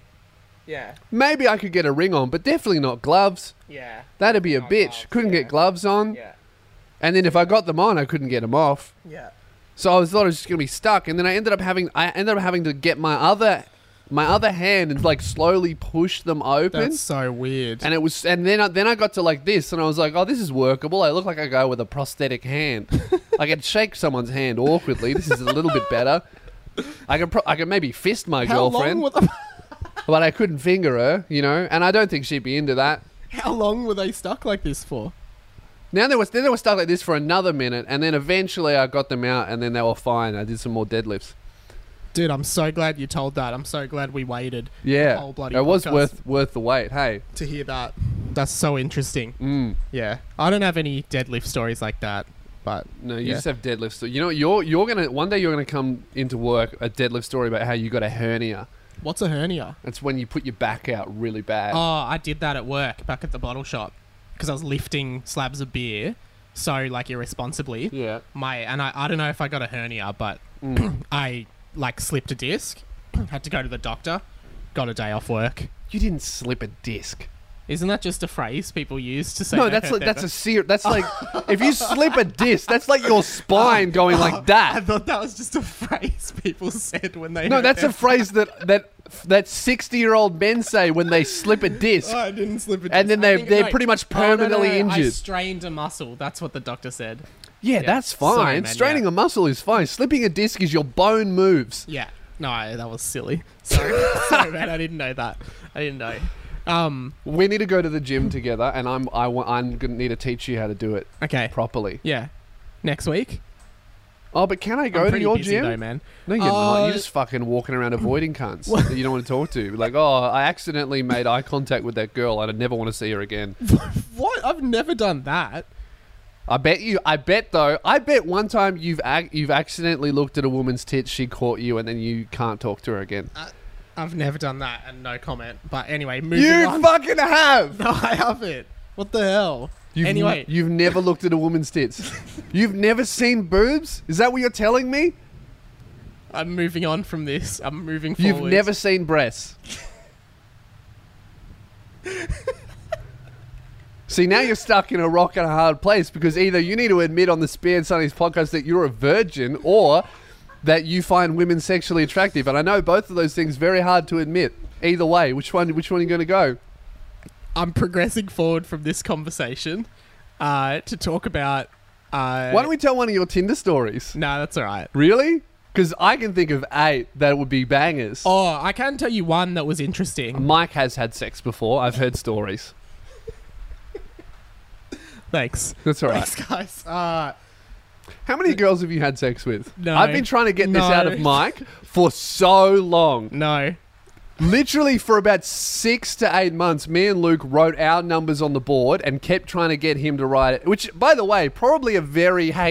S2: Yeah.
S1: Maybe I could get a ring on, but definitely not gloves.
S2: Yeah.
S1: That'd be a
S2: Not
S1: bitch.
S2: gloves,
S1: couldn't
S2: yeah.
S1: get gloves on.
S2: Yeah.
S1: And then if I got them on, I couldn't get them off.
S2: Yeah.
S1: So I was thought I was just gonna be stuck, and then I ended up having I ended up having to get my other my other hand and like slowly push them open.
S2: That's so weird.
S1: and it was and then I, then I got to like this, and I was like, oh, this is workable. I look like a guy with a prosthetic hand. I can shake someone's hand awkwardly. This is a little bit better. I can pro- I can maybe fist my
S2: how
S1: girlfriend,
S2: long were the,
S1: but I couldn't finger her, you know. And I don't think she'd be into that.
S2: how long were they stuck like this for?
S1: Now they were then they were stuck like this for another minute, and then eventually I got them out, and then they were fine. I did some more deadlifts.
S2: Dude, I'm so glad you told that. I'm so glad we waited
S1: Yeah,
S2: whole Oh, bloody
S1: it was
S2: podcast.
S1: worth worth the wait. Hey,
S2: to hear that. That's so interesting.
S1: mm,
S2: Yeah. I don't have any deadlift stories like that, but
S1: no, you
S2: Yeah.
S1: just have deadlift. So you know you're you're gonna one day you're gonna come into work a deadlift story about how you got a hernia.
S2: what's a hernia?
S1: That's when you put your back out really bad.
S2: Oh, I did that at work back at the bottle shop because I was lifting slabs of beer so like irresponsibly.
S1: Yeah.
S2: My and I, I don't know if I got a hernia, but
S1: Mm.
S2: I like slipped a disc, had to go to the doctor, got a day off work.
S1: You didn't slip a disc.
S2: Isn't that just a phrase people use to say?
S1: No,
S2: they
S1: that's
S2: hurt
S1: like
S2: their
S1: that's a ser- that's like if you slip a disc, that's like your
S2: Oh.
S1: spine going like
S2: I
S1: that.
S2: thought that was just a phrase people said when they.
S1: No,
S2: hurt
S1: that's
S2: their-
S1: a phrase that that that sixty year old men say when they slip a disc.
S2: Oh, I Oh, didn't slip it.
S1: And then they- they're pretty much permanently
S2: I
S1: injured.
S2: strained a muscle. That's what the doctor said.
S1: Yeah,
S2: Yeah.
S1: that's fine.
S2: Sorry, man,
S1: Straining
S2: yeah.
S1: a muscle is fine. Slipping a disc is your bone moves.
S2: Yeah. No, I, that was silly. Sorry, sorry, man. I didn't know that. I didn't know. Um.
S1: We need to go to the gym together, and I'm I wa- I'm gonna need to teach you how to do it
S2: Okay.
S1: properly.
S2: Yeah. Next week.
S1: Oh, but can I
S2: I'm
S1: go to
S2: pretty
S1: your
S2: busy
S1: gym?
S2: though, man.
S1: No, you're not. You're
S2: Uh,
S1: just fucking walking around avoiding cunts that you don't want to talk to. Like, oh, I accidentally made eye contact with that girl. I'd never want to see her again.
S2: What? I've never done that.
S1: I bet you. I bet though. I bet one time you've ac- you've accidentally looked at a woman's tits. She caught you, and then you can't talk to her again.
S2: I've never done that, and no comment. But anyway, moving
S1: You
S2: on.
S1: fucking have.
S2: no, I haven't. What the hell?
S1: You've n-
S2: anyway,
S1: you've never looked at a woman's tits. you've never seen boobs. Is that what you're telling me?
S2: I'm moving on from this. I'm moving
S1: You've
S2: forward.
S1: never seen breasts. See, now you're stuck in a rock and a hard place because either you need to admit on the Spear and Sonny's podcast that you're a virgin or that you find women sexually attractive. And I know both of those things very hard to admit. Either way, which one which one are you going to go?
S2: I'm progressing forward from this conversation uh, to talk about. Uh,
S1: Why don't we tell one of your Tinder stories?
S2: No, that's all right.
S1: Really? Cuz I can think of 8 that would be bangers.
S2: Oh, I can tell you one that was interesting.
S1: Mike has had sex before. I've heard stories.
S2: Thanks.
S1: That's all right.
S2: Thanks, guys. Uh,
S1: How many girls have you had sex with?
S2: No.
S1: I've been trying to get this
S2: No.
S1: out of Mike for so long.
S2: no.
S1: Literally for about six to eight months, me and Luke wrote our numbers on the board and kept trying to get him to write it. Which, by the way, probably a very HR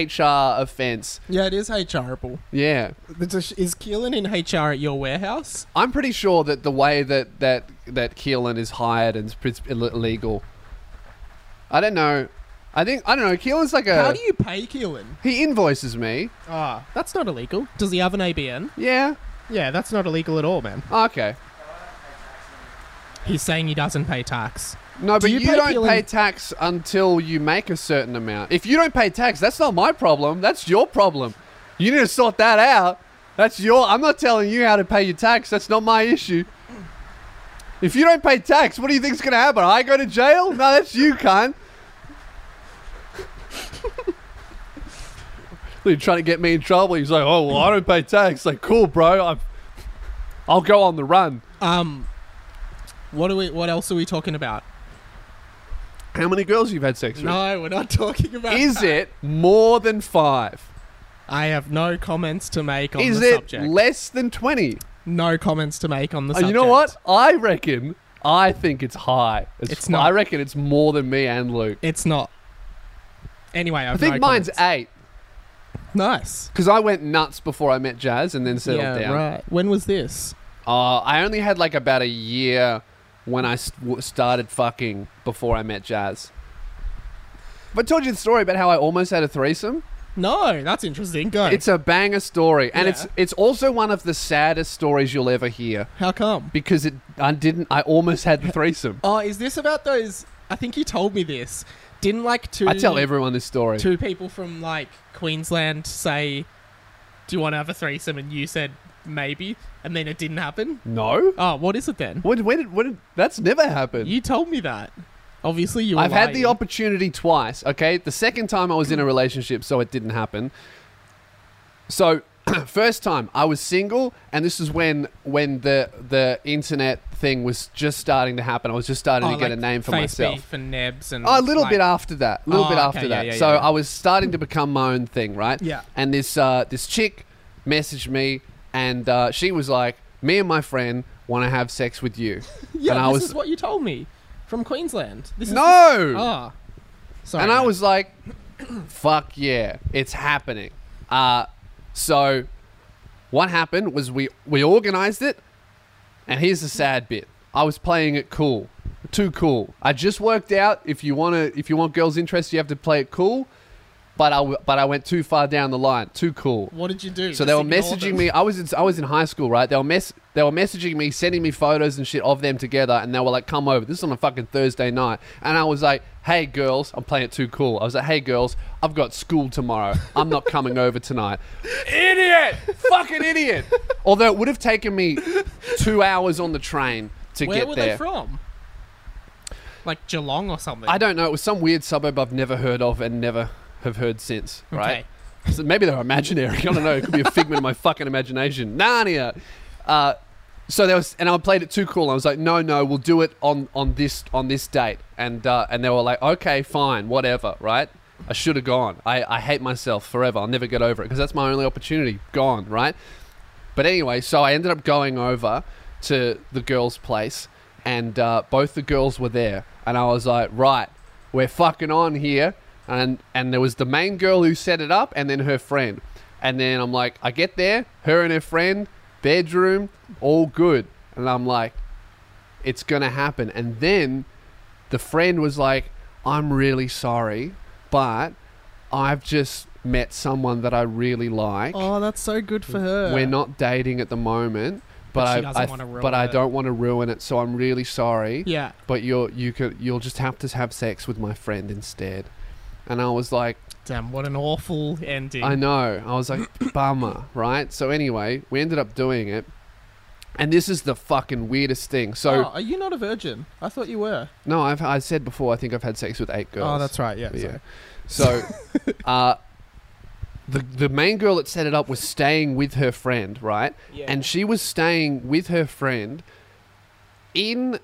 S1: offense.
S2: Yeah, it is HRable.
S1: Yeah.
S2: It's a sh- Is Keelan in HR at your warehouse?
S1: I'm pretty sure that the way that that, that Keelan is hired and it's illegal. I don't know. I think I don't know. Keelan's like a
S2: How do you pay Keelan?
S1: he invoices me.
S2: Ah, that's not illegal. Does he have an ABN?
S1: Yeah.
S2: Yeah, that's not illegal at all, man.
S1: Okay.
S2: He's saying he doesn't pay tax.
S1: No,
S2: Do
S1: but you,
S2: you pay
S1: don't
S2: Keelan-
S1: pay tax until you make a certain amount. If you don't pay tax, that's not my problem. That's your problem. You need to sort that out. That's your. I'm not telling you how to pay your tax. That's not my issue. If you don't pay tax, what do you think's going to happen? I go to jail? No, that's you, cunt. You're trying to get me in trouble. He's like, oh, well, I don't pay tax. Like, cool, bro. I'm, I'll go on the run.
S2: Um, what are we? What else are we talking about?
S1: How many girls you've had sex with?
S2: No, we're not talking about.
S1: Is it more than five?
S2: I have no comments to make on
S1: Is
S2: the
S1: it
S2: subject.
S1: less than 20?
S2: no comments to make on the
S1: Uh,
S2: subject.
S1: you know what? I reckon, I think it's high. It's,
S2: It's
S1: f-
S2: not.
S1: I reckon it's more than me and Luke.
S2: It's not. Anyway, I've
S1: I think
S2: no
S1: mine's
S2: comments.
S1: eight
S2: nice.
S1: because I went nuts before I met Jazz and then settled
S2: yeah,
S1: down.
S2: right. When was this?
S1: Uh, I only had like about a year when I s- w- started fucking before I met Jazz. But I told you the story about how I almost had a threesome.
S2: No, that's interesting. Go.
S1: It's a banger story, and
S2: Yeah.
S1: it's it's also one of the saddest stories you'll ever hear.
S2: How come?
S1: because it I didn't I almost had the threesome.
S2: Oh, is this about those? I think you told me this. Didn't like two.
S1: I tell everyone this story.
S2: two people from like Queensland say, "Do you want to have a threesome?" And you said maybe, and then it didn't happen.
S1: No,
S2: Oh, what is it then?
S1: what, when did, when did, that's never happened.
S2: You told me that. Obviously, you. Were
S1: I've had the
S2: lying.
S1: opportunity twice. Okay, the second time I was in a relationship, so it didn't happen. So, first time I was single, and this is when when the the internet thing was just starting to happen. I was just starting
S2: Oh,
S1: to get
S2: like
S1: a name for
S2: face
S1: myself.
S2: beef and nebs and
S1: Oh, a little
S2: like-
S1: bit after that. A little
S2: Oh,
S1: bit
S2: okay,
S1: after
S2: yeah,
S1: that.
S2: yeah,
S1: so
S2: yeah.
S1: I was starting to become my own thing, right?
S2: Yeah.
S1: And this uh, this chick messaged me, and uh, she was like, "Me and my friend want to have sex with you."
S2: Yeah,
S1: and I
S2: this
S1: was
S2: is what you told me from Queensland. This
S1: no,
S2: Is, ah, sorry.
S1: and I
S2: mate.
S1: was like, "Fuck yeah, it's happening." Uh, so what happened was we we organized it, and here's the sad bit: I was playing it cool, too cool. I just worked out if you want to if you want girls' interest, you have to play it cool. but I w- but I went too far down the line. Too cool.
S2: What did you do?
S1: So
S2: Just
S1: they were
S2: ignore
S1: messaging
S2: them.
S1: me. I was in, I was in high school, right? They were mess they were messaging me, sending me photos and shit of them together, and they were like, "Come over." This is on a fucking Thursday night, and I was like, "Hey girls, I'm playing it too cool." I was like, "Hey girls, I've got school tomorrow. I'm not coming over tonight." idiot, fucking idiot. Although it would have taken me two hours on the train to
S2: Where
S1: get
S2: were
S1: there.
S2: they from? Like Geelong or something.
S1: I don't know. It was some weird suburb I've never heard of and never have heard since. Right.
S2: Okay.
S1: So maybe they're imaginary. I don't know. It could be a figment of my fucking imagination. Narnia. Uh, so there was, and I played it too cool. I was like, no, no, we'll do it on on this on this date. And uh, and they were like, okay, fine, whatever. Right. I should have gone. I, I hate myself forever. I'll never get over it because that's my only opportunity. Gone. Right. But anyway, so I ended up going over to the girls' place, and uh, both the girls were there, and I was like, right, we're fucking on here, and and there was the main girl who set it up, and then her friend, and then I'm like, I get there, her and her friend, bedroom, all good, and I'm like, it's gonna happen, and then the friend was like, I'm really sorry, but I've just met someone that I really like
S2: Oh, that's so good for her.
S1: we're not dating at the moment
S2: But
S1: but,
S2: she doesn't
S1: I, I
S2: wanna ruin
S1: but I
S2: it.
S1: don't want to ruin it so I'm really sorry
S2: Yeah.
S1: but you're you could you'll just have to have sex with my friend instead and I was like
S2: Damn, what an awful ending.
S1: I know I was like bummer right so anyway we ended up doing it and this is the fucking weirdest thing so
S2: oh, are you not a virgin? I thought you were.
S1: no I've I said before I think I've had sex with eight girls
S2: Oh, that's right. Yeah.
S1: yeah.
S2: sorry.
S1: So, uh, the the main girl that set it up was staying with her friend, right?
S2: Yeah.
S1: And she was staying with her friend in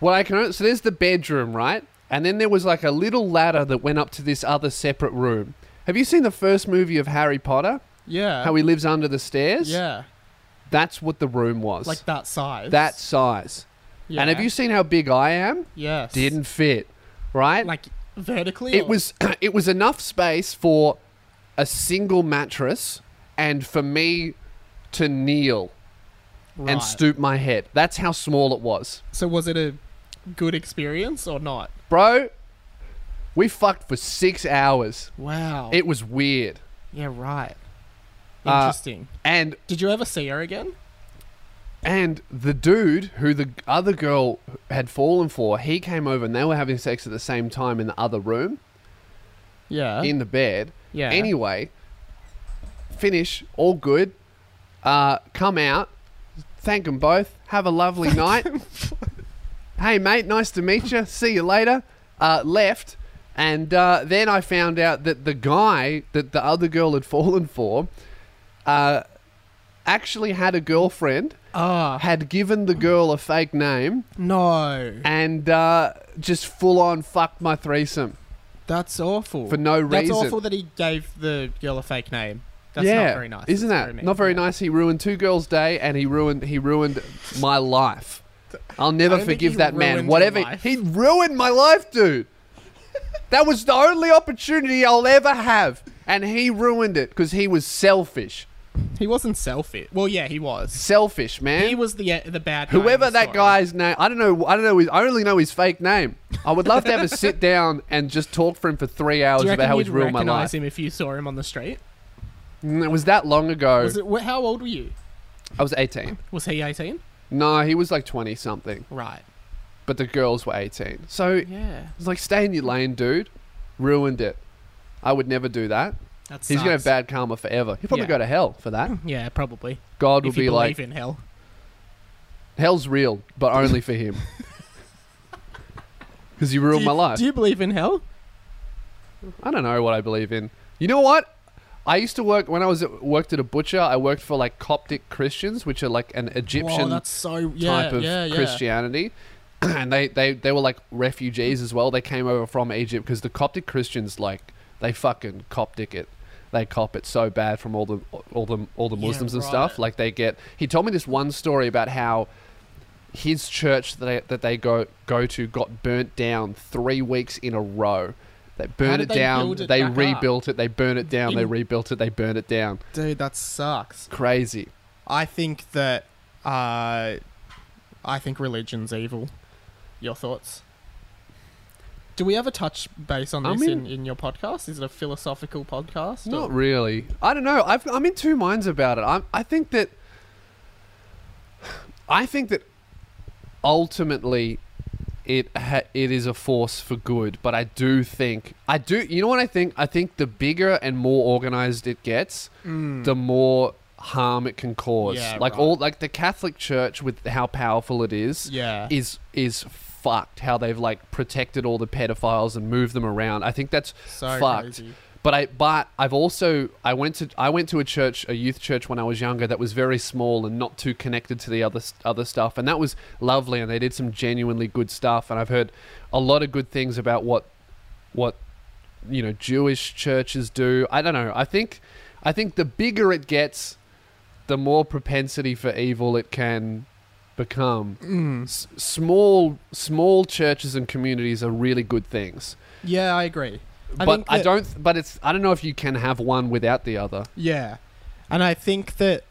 S1: what I can. So there's the bedroom, right? And then there was like a little ladder that went up to this other separate room. Have you seen the first movie of Harry Potter?
S2: Yeah.
S1: How he lives under the stairs?
S2: Yeah.
S1: That's what the room was.
S2: Like that size.
S1: that size.
S2: Yeah.
S1: And have you seen how big I am?
S2: Yes.
S1: Didn't fit, right?
S2: Like vertically.
S1: it
S2: or-
S1: was it was enough space for a single mattress and for me to kneel
S2: right.
S1: and stoop my head. That's how small it was.
S2: So was it a good experience or not?
S1: Bro, we fucked for 6 hours.
S2: Wow.
S1: It was weird.
S2: yeah. Right.
S1: Uh,
S2: Interesting.
S1: And
S2: Did you ever see her again?
S1: and the dude who the other girl had fallen for, he came over and they were having sex at the same time in the other room.
S2: Yeah.
S1: in the bed.
S2: Uh-huh. Yeah.
S1: Anyway, finish all good. Uh, come out, thank them both. Have a lovely night. hey mate, nice to meet you. See you later. Uh, left, and uh, then I found out that the guy that the other girl had fallen for, uh, actually had a girlfriend.
S2: Ah.
S1: Had given the girl a fake name
S2: no.
S1: and uh, just full on fucked my threesome.
S2: That's awful.
S1: For no
S2: That's
S1: reason.
S2: awful that he gave the girl a fake name. That's not very nice.
S1: Isn't
S2: That's
S1: that not very
S2: mean.
S1: nice? He ruined two girls' day, and he ruined he ruined my life. I'll
S2: I
S1: never
S2: don't think he
S1: forgive that
S2: ruined
S1: man.
S2: your
S1: Whatever
S2: life.
S1: he ruined my life, dude. that was the only opportunity I'll ever have, and he ruined it because he was selfish.
S2: Yeah. He wasn't selfish. Well, yeah, he was.
S1: Selfish man.
S2: He was the uh, the bad. guy in
S1: Whoever
S2: the
S1: that
S2: story.
S1: guy's name, I don't know. I don't know. His, I only know his fake name. I would love to have a sit down and just talk for him for three hours
S2: Do you
S1: about
S2: reckon
S1: how
S2: you'd
S1: he's ruined my
S2: recognize
S1: life.
S2: him if you saw him on the street?
S1: Mm, It was that long ago.
S2: Was it? wh- How old were you?
S1: I was eighteen.
S2: Was he eighteen?
S1: No, he was like twenty something.
S2: Right.
S1: but the girls were 18. So it
S2: Yeah.
S1: was like, stay in your lane, dude. Ruined it. I would never do that.
S2: That's.
S1: He's gonna have bad karma forever. He'll probably
S2: Yeah.
S1: go to hell for that.
S2: Yeah, probably.
S1: God will
S2: if you
S1: be like,
S2: believe in hell.
S1: hell's real, but only for him. Because you
S2: Do
S1: ruined
S2: you,
S1: my life.
S2: Do you believe in hell?
S1: I don't know what I believe in. You know what? I used to work when I was at, worked at a butcher. I worked for like Coptic Christians, which are like an
S2: Whoa,
S1: Egyptian
S2: that's so yeah,
S1: type of
S2: yeah, yeah.
S1: Christianity. And they, they, they were like refugees as well. They came over from Egypt because the Coptic Christians like they fucking Coptic it. They cop it so bad from all the all the all the
S2: Yeah,
S1: Muslims and
S2: right.
S1: stuff. Like they get. He told me this one story about how his church that they, that they go go to got burnt down three weeks in a row. They burn
S2: did
S1: it
S2: they
S1: down.
S2: build it
S1: they
S2: back up?
S1: rebuilt it. They burn it down. they
S2: In-
S1: rebuilt it. They burn it down.
S2: Dude, that sucks.
S1: Crazy.
S2: I think that uh, I think religion's evil. Your thoughts? Do we ever touch base on
S1: I
S2: this in,
S1: mean-
S2: in your podcast? Is it a philosophical podcast?
S1: Not
S2: or-
S1: really. I don't know. I've, I'm in two minds about it. I, I think that. I think that ultimately it ha- it is a force for good, but I do think I do you know what I think? I think the bigger and more organized it gets, the more harm it can cause.
S2: Mm. Yeah,
S1: like
S2: right.
S1: all like the Catholic Church with how powerful it is
S2: Yeah.
S1: is is fucked how they've like protected all the pedophiles and moved them around. I think that's
S2: so
S1: fucked.
S2: crazy.
S1: But I but I've also I went to I went to a church a youth church when I was younger that was very small and not too connected to the other s- other stuff and that was lovely and they did some genuinely good stuff and I've heard a lot of good things about what what you know Jewish churches do. I don't know. I think I think the bigger it gets the more propensity for evil it can become.
S2: Mm.
S1: S- small small churches and communities are really good things
S2: Yeah, I agree. I
S1: but
S2: think
S1: I
S2: that-
S1: don't. But it's. I don't know if you can have one without the other.
S2: Yeah. And I think that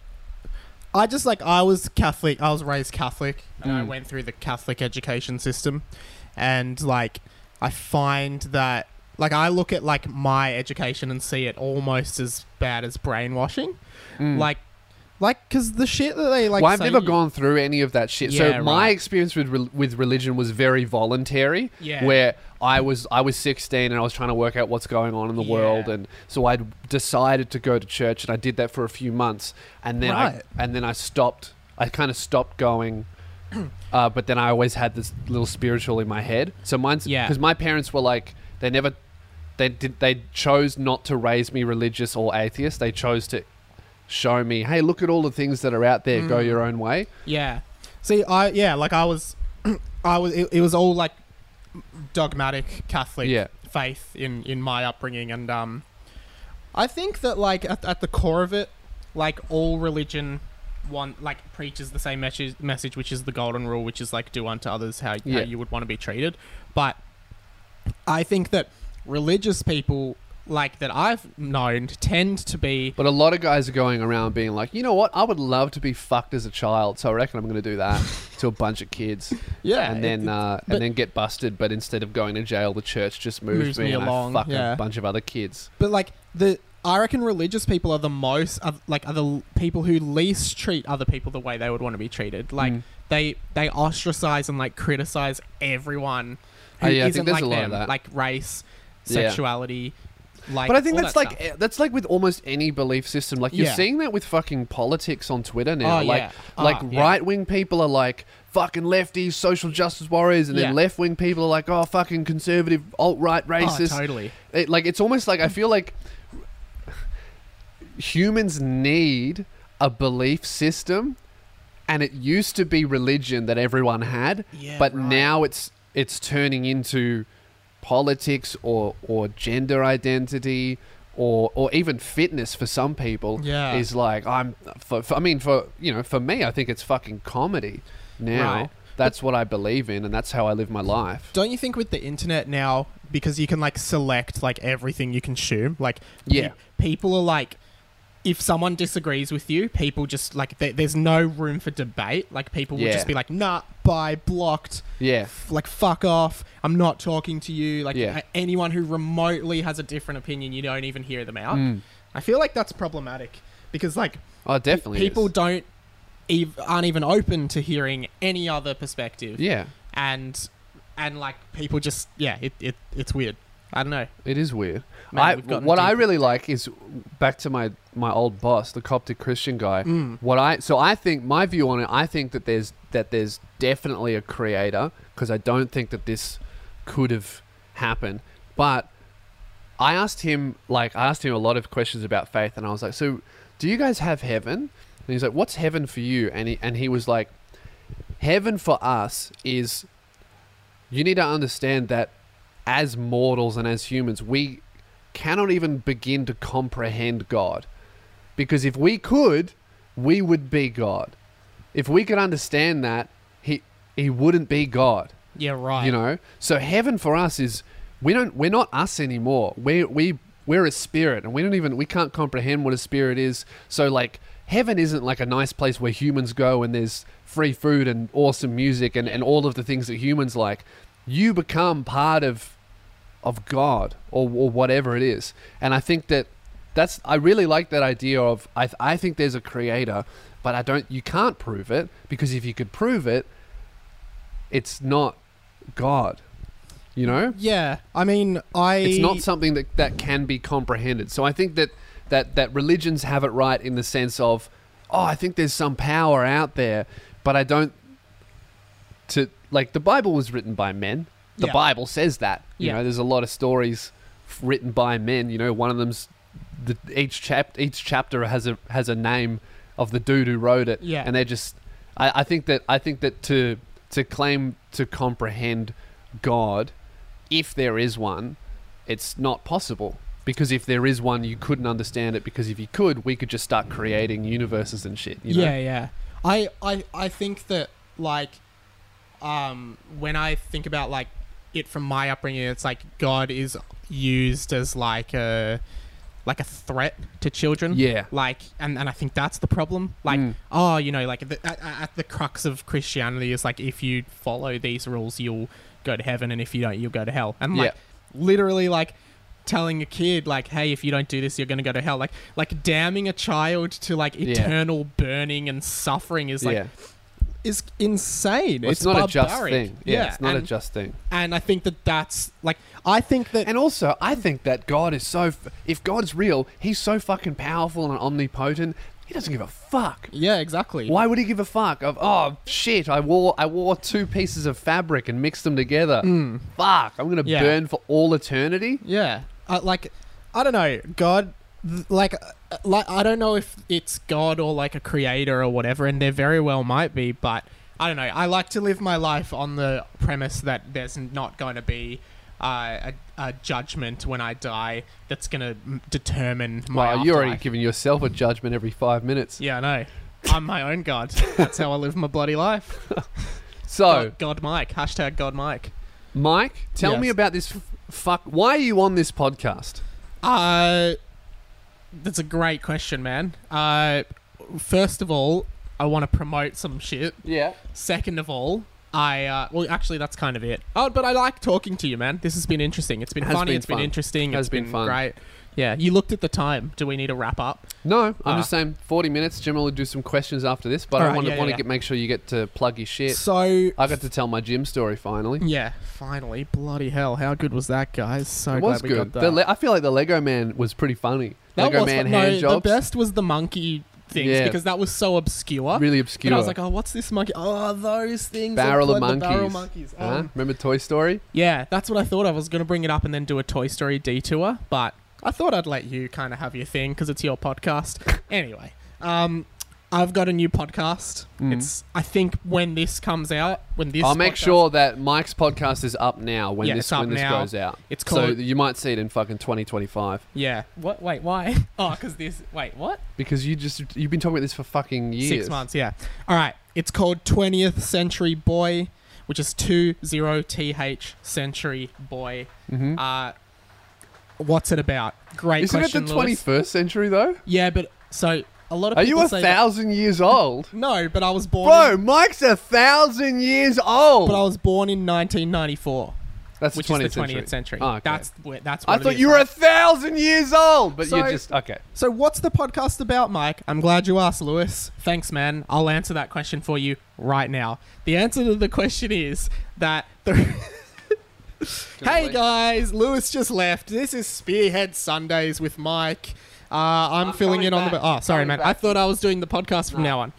S2: I just like I was Catholic, I was raised Catholic and I
S1: Mm.
S2: went through the Catholic education system and like I find that like I look at like my education and see it almost as bad as brainwashing. Like like cuz the shit that they like
S1: Mm. well, I've
S2: say
S1: never
S2: you-
S1: gone through any of that shit.
S2: Yeah,
S1: so my
S2: right.
S1: experience with rel- with religion was very voluntary.
S2: Yeah.
S1: Where I was I was 16 and I was trying to work out what's going on in the
S2: Yeah.
S1: world, and so I decided to go to church, and I did that for a few months, and then
S2: Right.
S1: I and then I stopped. I kind of stopped going. Uh, but then I always had this little spiritual in my head. So mine's
S2: Yeah.
S1: because my parents were like they never they did they chose not to raise me religious or atheist. They chose to show me, hey, look at all the things that are out there. Go your
S2: Mm.
S1: own way.
S2: Yeah. See, I yeah, like I was, I was. It, it was all like dogmatic Catholic
S1: Yeah.
S2: faith in in my upbringing, and um, I think that like at, at the core of it, like all religion, one like preaches the same message, message, which is the golden rule, which is like do unto others how,
S1: Yeah.
S2: how you would want to be treated. But I think that religious people like that I've known tend to be
S1: But a lot of guys are going around being like, you know what? I would love to be fucked as a child, so I reckon I'm going to do that to a bunch of kids,
S2: yeah,
S1: and then uh,
S2: but-
S1: and then get busted. But instead of going to jail, the church just moves,
S2: Moves
S1: me,
S2: me
S1: and
S2: along,
S1: I fuck
S2: yeah.
S1: a bunch of other kids.
S2: But like the I reckon religious people are the most are, like are the l- people who least treat other people the way they would want to be treated. Like
S1: Mm.
S2: they they ostracize and like criticize everyone who
S1: Oh, yeah, I think
S2: not
S1: there's
S2: like
S1: a lot of
S2: them,
S1: that.
S2: like race,
S1: Yeah.
S2: sexuality. Like,
S1: but I think
S2: all
S1: that's
S2: that
S1: like
S2: stuff.
S1: eh, that's like with almost any belief system. Like you're
S2: Yeah.
S1: seeing that with fucking politics on Twitter now.
S2: Oh,
S1: like
S2: yeah.
S1: like
S2: Ah, yeah.
S1: right wing people are like fucking lefties, social justice warriors, and then
S2: Yeah.
S1: left wing people are like oh fucking conservative, alt right,
S2: oh,
S1: racist.
S2: totally.
S1: It- like it's almost like I feel like humans need a belief system, and it used to be religion that everyone had,
S2: Yeah,
S1: but
S2: right.
S1: now it's it's turning into politics or or gender identity or or even fitness for some people.
S2: Yeah.
S1: is like I'm. For, for, I mean, for you know, for me, I think it's fucking comedy now.
S2: Right.
S1: That's what I believe in, and that's how I live my life.
S2: Don't you think with the internet now, because you can like select like everything you consume, like
S1: Yeah.
S2: people are like, if someone disagrees with you, people just like there there's no room for debate. Like people will
S1: Yeah.
S2: just be like, nah, bye, blocked,
S1: Yeah.
S2: f- like fuck off, I'm not talking to you. Like
S1: Yeah.
S2: a- anyone who remotely has a different opinion, you don't even hear them out.
S1: Mm.
S2: I feel like that's problematic because like
S1: Oh, definitely. is.
S2: people don't. ev- aren't even open to hearing any other perspective
S1: Yeah.
S2: and and like people just yeah it, it it's weird i don't know
S1: It is weird.
S2: Man,
S1: I,
S2: we've gotten
S1: what I
S2: deep.
S1: really like is back to my my old boss, the Coptic Christian guy.
S2: Mm.
S1: What I so I think my view on it, I think that there's that there's definitely a creator because I don't think that this could have happened. But I asked him like I asked him a lot of questions about faith, and I was like, "So, do you guys have heaven?" And he's like, "What's heaven for you?" And he and he was like, "Heaven for us is you need to understand that as mortals and as humans, we cannot even begin to comprehend God, because if we could, we would be God. If we could understand that, he he wouldn't be God."
S2: yeah right
S1: you know so heaven for us is we don't we're not us anymore we we we're a spirit and we don't even we can't comprehend what a spirit is so like heaven isn't like a nice place where humans go and there's free food and awesome music and, and all of the things that humans like you become part of of God or, or whatever it is. And I think that that's I really like that idea of I, th- I think there's a creator, but I don't you can't prove it because if you could prove it, it's not God. You know?
S2: Yeah, I mean, I.
S1: It's not something that, that can be comprehended. So I think that, that that religions have it right in the sense of, oh, I think there's some power out there, but I don't to like the Bible was written by men. The
S2: Yeah.
S1: Bible says that. You
S2: Yeah.
S1: know, there's a lot of stories f- written by men. You know, one of them's the, each chap each chapter has a has a name of the dude who wrote it.
S2: Yeah.
S1: and they're just. I, I think that I think that to to claim to comprehend God, if there is one, it's not possible. Because if there is one, you couldn't understand it. Because if you could, we could just start creating universes and shit. You know?
S2: Yeah, yeah. I, I, I think that like, um, when I think about like it from my upbringing, it's like God is used as like a, like a threat to children.
S1: Yeah.
S2: Like, and, and I think that's the problem. Like,
S1: Mm.
S2: oh, you know, like the, at, at the crux of Christianity is like if you follow these rules, you'll go to heaven, and if you don't, you'll go to hell. And like,
S1: Yeah.
S2: literally, like telling a kid like hey if you don't do this you're going to go to hell like like damning a child to like
S1: Yeah.
S2: eternal burning and suffering is like
S1: yeah.
S2: is insane
S1: Well,
S2: it's,
S1: it's, not a
S2: barbaric.
S1: just thing. Yeah, it's not
S2: and,
S1: a just thing.
S2: and i think that that's like i think that
S1: And also, I think that God is so. F- if God's real, he's so fucking powerful and omnipotent. He doesn't give a fuck.
S2: yeah exactly
S1: Why would he give a fuck? Of oh shit, I wore I wore two pieces of fabric and mixed them together. Fuck, I'm gonna
S2: Hmm. Yeah.
S1: burn for all eternity.
S2: Yeah, uh, like I don't know, God, th- like, uh, like I don't know if it's God or like a creator or whatever, and there very well might be, but I don't know. I like to live my life on the premise that there's not going to be. Uh, a, a judgment when I die that's gonna m- determine my.
S1: Wow, you're already
S2: afterlife.
S1: giving yourself a judgment every five minutes.
S2: Yeah, I know. I'm my own god. That's how I live my bloody life.
S1: So,
S2: God, God Mike. Hashtag God Mike.
S1: Mike, tell me
S2: Yes.
S1: about this. F- fuck, why are you on this podcast?
S2: Uh, that's a great question, man. Uh, first of all, I want to promote some shit.
S1: Yeah.
S2: Second of all, I uh, well, actually, that's kind of it. Oh, but I like talking to you, man. This has been interesting. It's been
S1: Has
S2: funny.
S1: been
S2: it's
S1: fun.
S2: been interesting.
S1: Has
S2: it's
S1: been
S2: been,
S1: fun.
S2: great. Yeah, you looked at the time. Do we need to wrap up?
S1: No, I'm
S2: Ah.
S1: just saying 40 minutes. Jim will do some questions after this, but I
S2: Alright,
S1: want to
S2: yeah,
S1: want
S2: yeah,
S1: to
S2: yeah.
S1: make sure you get to plug your shit.
S2: So
S1: I got to tell my gym story finally.
S2: yeah, finally, bloody hell! How good was that, guys? So
S1: it
S2: glad
S1: was
S2: we
S1: good.
S2: got that.
S1: The Le- I feel like the Lego Man was pretty funny.
S2: That
S1: Lego
S2: was
S1: Man
S2: fu-
S1: hand
S2: no,
S1: jobs,
S2: The best was the monkey things
S1: Yeah.
S2: because that was so obscure.
S1: really
S2: And
S1: obscure.
S2: I was like, oh, what's this monkey? Oh, those things. are
S1: barrel of
S2: blood- the
S1: monkeys.
S2: Barrel monkeys.
S1: Huh?
S2: Um,
S1: Remember Toy Story?
S2: Yeah, that's what I thought. I was going to bring it up and then do a Toy Story detour, but I thought I'd let you kind of have your thing because it's your podcast. anyway, um, I've got a new podcast.
S1: Mhm.
S2: It's, I think, when this comes out, when this.
S1: I'll make
S2: podcast-
S1: sure that Mike's podcast is up now when
S2: Yeah,
S1: this
S2: it's up
S1: when this
S2: now.
S1: goes out.
S2: It's
S1: So
S2: called-
S1: you might see it in fucking 2025
S2: Yeah. What? Wait, why? oh, because this. Wait, what?
S1: because you just you've been talking about this for fucking years.
S2: Six months, yeah. All right. It's called 20th Century Boy, which is 20th Century Boy.
S1: Mm-hmm.
S2: Uh, what's it about? Great
S1: Isn't
S2: question,
S1: it the
S2: Lewis.
S1: 21st century though?
S2: Yeah, but so a lot of
S1: Are
S2: people
S1: you a
S2: say that-
S1: thousand years old?
S2: No, but I was born.
S1: Bro,
S2: in-
S1: Mike's a thousand years old.
S2: but I was born in 1994,
S1: That's
S2: which is the
S1: 20th
S2: 20th
S1: century.
S2: century.
S1: Oh, okay.
S2: That's where, that's.
S1: I
S2: What it
S1: thought
S2: is,
S1: you were a
S2: right?
S1: thousand years old, but you're
S2: So-
S1: just okay.
S2: so what's the podcast about, Mike? I'm glad you asked, Lewis. Thanks, man. I'll answer that question for you right now. The answer to the question is that the. Hey guys, Lewis just left. This is Spearhead Sundays with Mike. Uh, I'm,
S1: I'm
S2: filling
S1: coming
S2: in on the.
S1: back.
S2: Oh, sorry,
S1: Coming
S2: man.
S1: back.
S2: I thought I was doing the podcast from now on,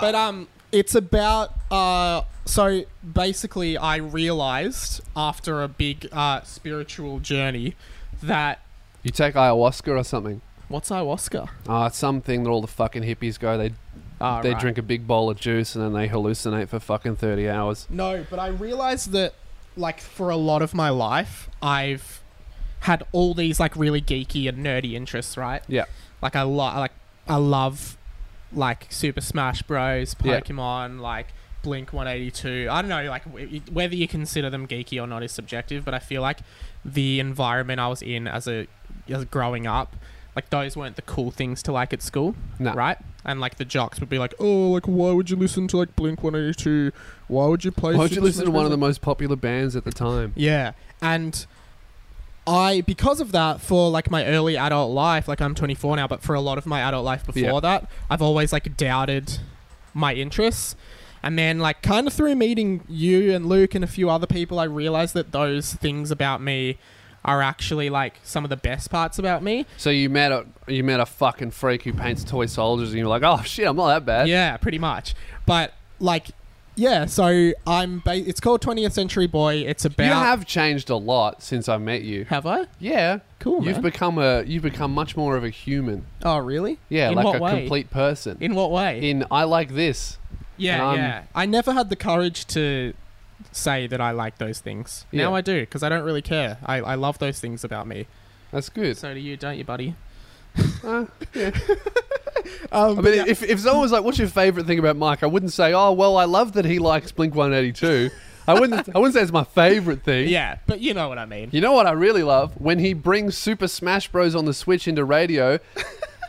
S2: but um, it's about uh, so basically, I realized after a big uh spiritual journey that
S1: You take ayahuasca or something.
S2: what's ayahuasca?
S1: Ah, it's something that all the fucking hippies go. They
S2: Ah,
S1: they
S2: right.
S1: drink a big bowl of juice and then they hallucinate for fucking thirty hours.
S2: No, but I realized that, like, for a lot of my life, I've had all these like really geeky and nerdy interests, right?
S1: Yeah.
S2: Like I love, like I love, like Super Smash Bros,
S1: Yeah.
S2: Pokemon, like Blink One Eighty Two. I don't know, like w- whether you consider them geeky or not is subjective, but I feel like the environment I was in as a as growing up, like those weren't the cool things to like at school
S1: No.
S2: right? And like the jocks would be like, "Oh, like why would you listen to like Blink One Eighty Two? Why would you play?"
S1: Why would you
S2: Super
S1: listen to
S2: Smash
S1: one of
S2: Bros.?"
S1: the most popular bands at the time?
S2: Yeah, and I because of that for like my early adult life, like I'm 24 now, but for a lot of my adult life before
S1: Yeah.
S2: that, I've always like doubted my interests. And then like kind of through meeting you and Luke and a few other people, I realized that those things about me are actually like some of the best parts about me.
S1: So you met a you met a fucking freak who paints toy soldiers, and you're like, oh shit, I'm not that bad.
S2: Yeah, pretty much. But like yeah, so I'm ba- it's called 20th Century Boy. It's about
S1: You have changed a lot since I met you.
S2: Have I?
S1: Yeah,
S2: Cool,
S1: You've
S2: man.
S1: become a you've become much more of a human.
S2: Oh, really?
S1: Yeah,
S2: In
S1: like
S2: what
S1: a
S2: way?
S1: complete person.
S2: In what way?
S1: in I like this.
S2: Yeah,
S1: Um,
S2: yeah. I never had the courage to say that I like those things. Now
S1: Yeah.
S2: I do because I don't really care. I, I love those things about me.
S1: That's good.
S2: So do you, don't you, buddy?
S1: Uh, yeah.
S2: Um,
S1: I mean, if, if someone was like, "What's your favorite thing about Mike?" I wouldn't say, "Oh, well, I love that he likes Blink 182." I wouldn't. I wouldn't say it's my favorite thing.
S2: yeah, but you know what I mean.
S1: You know what I really love when he brings Super Smash Bros on the Switch into radio,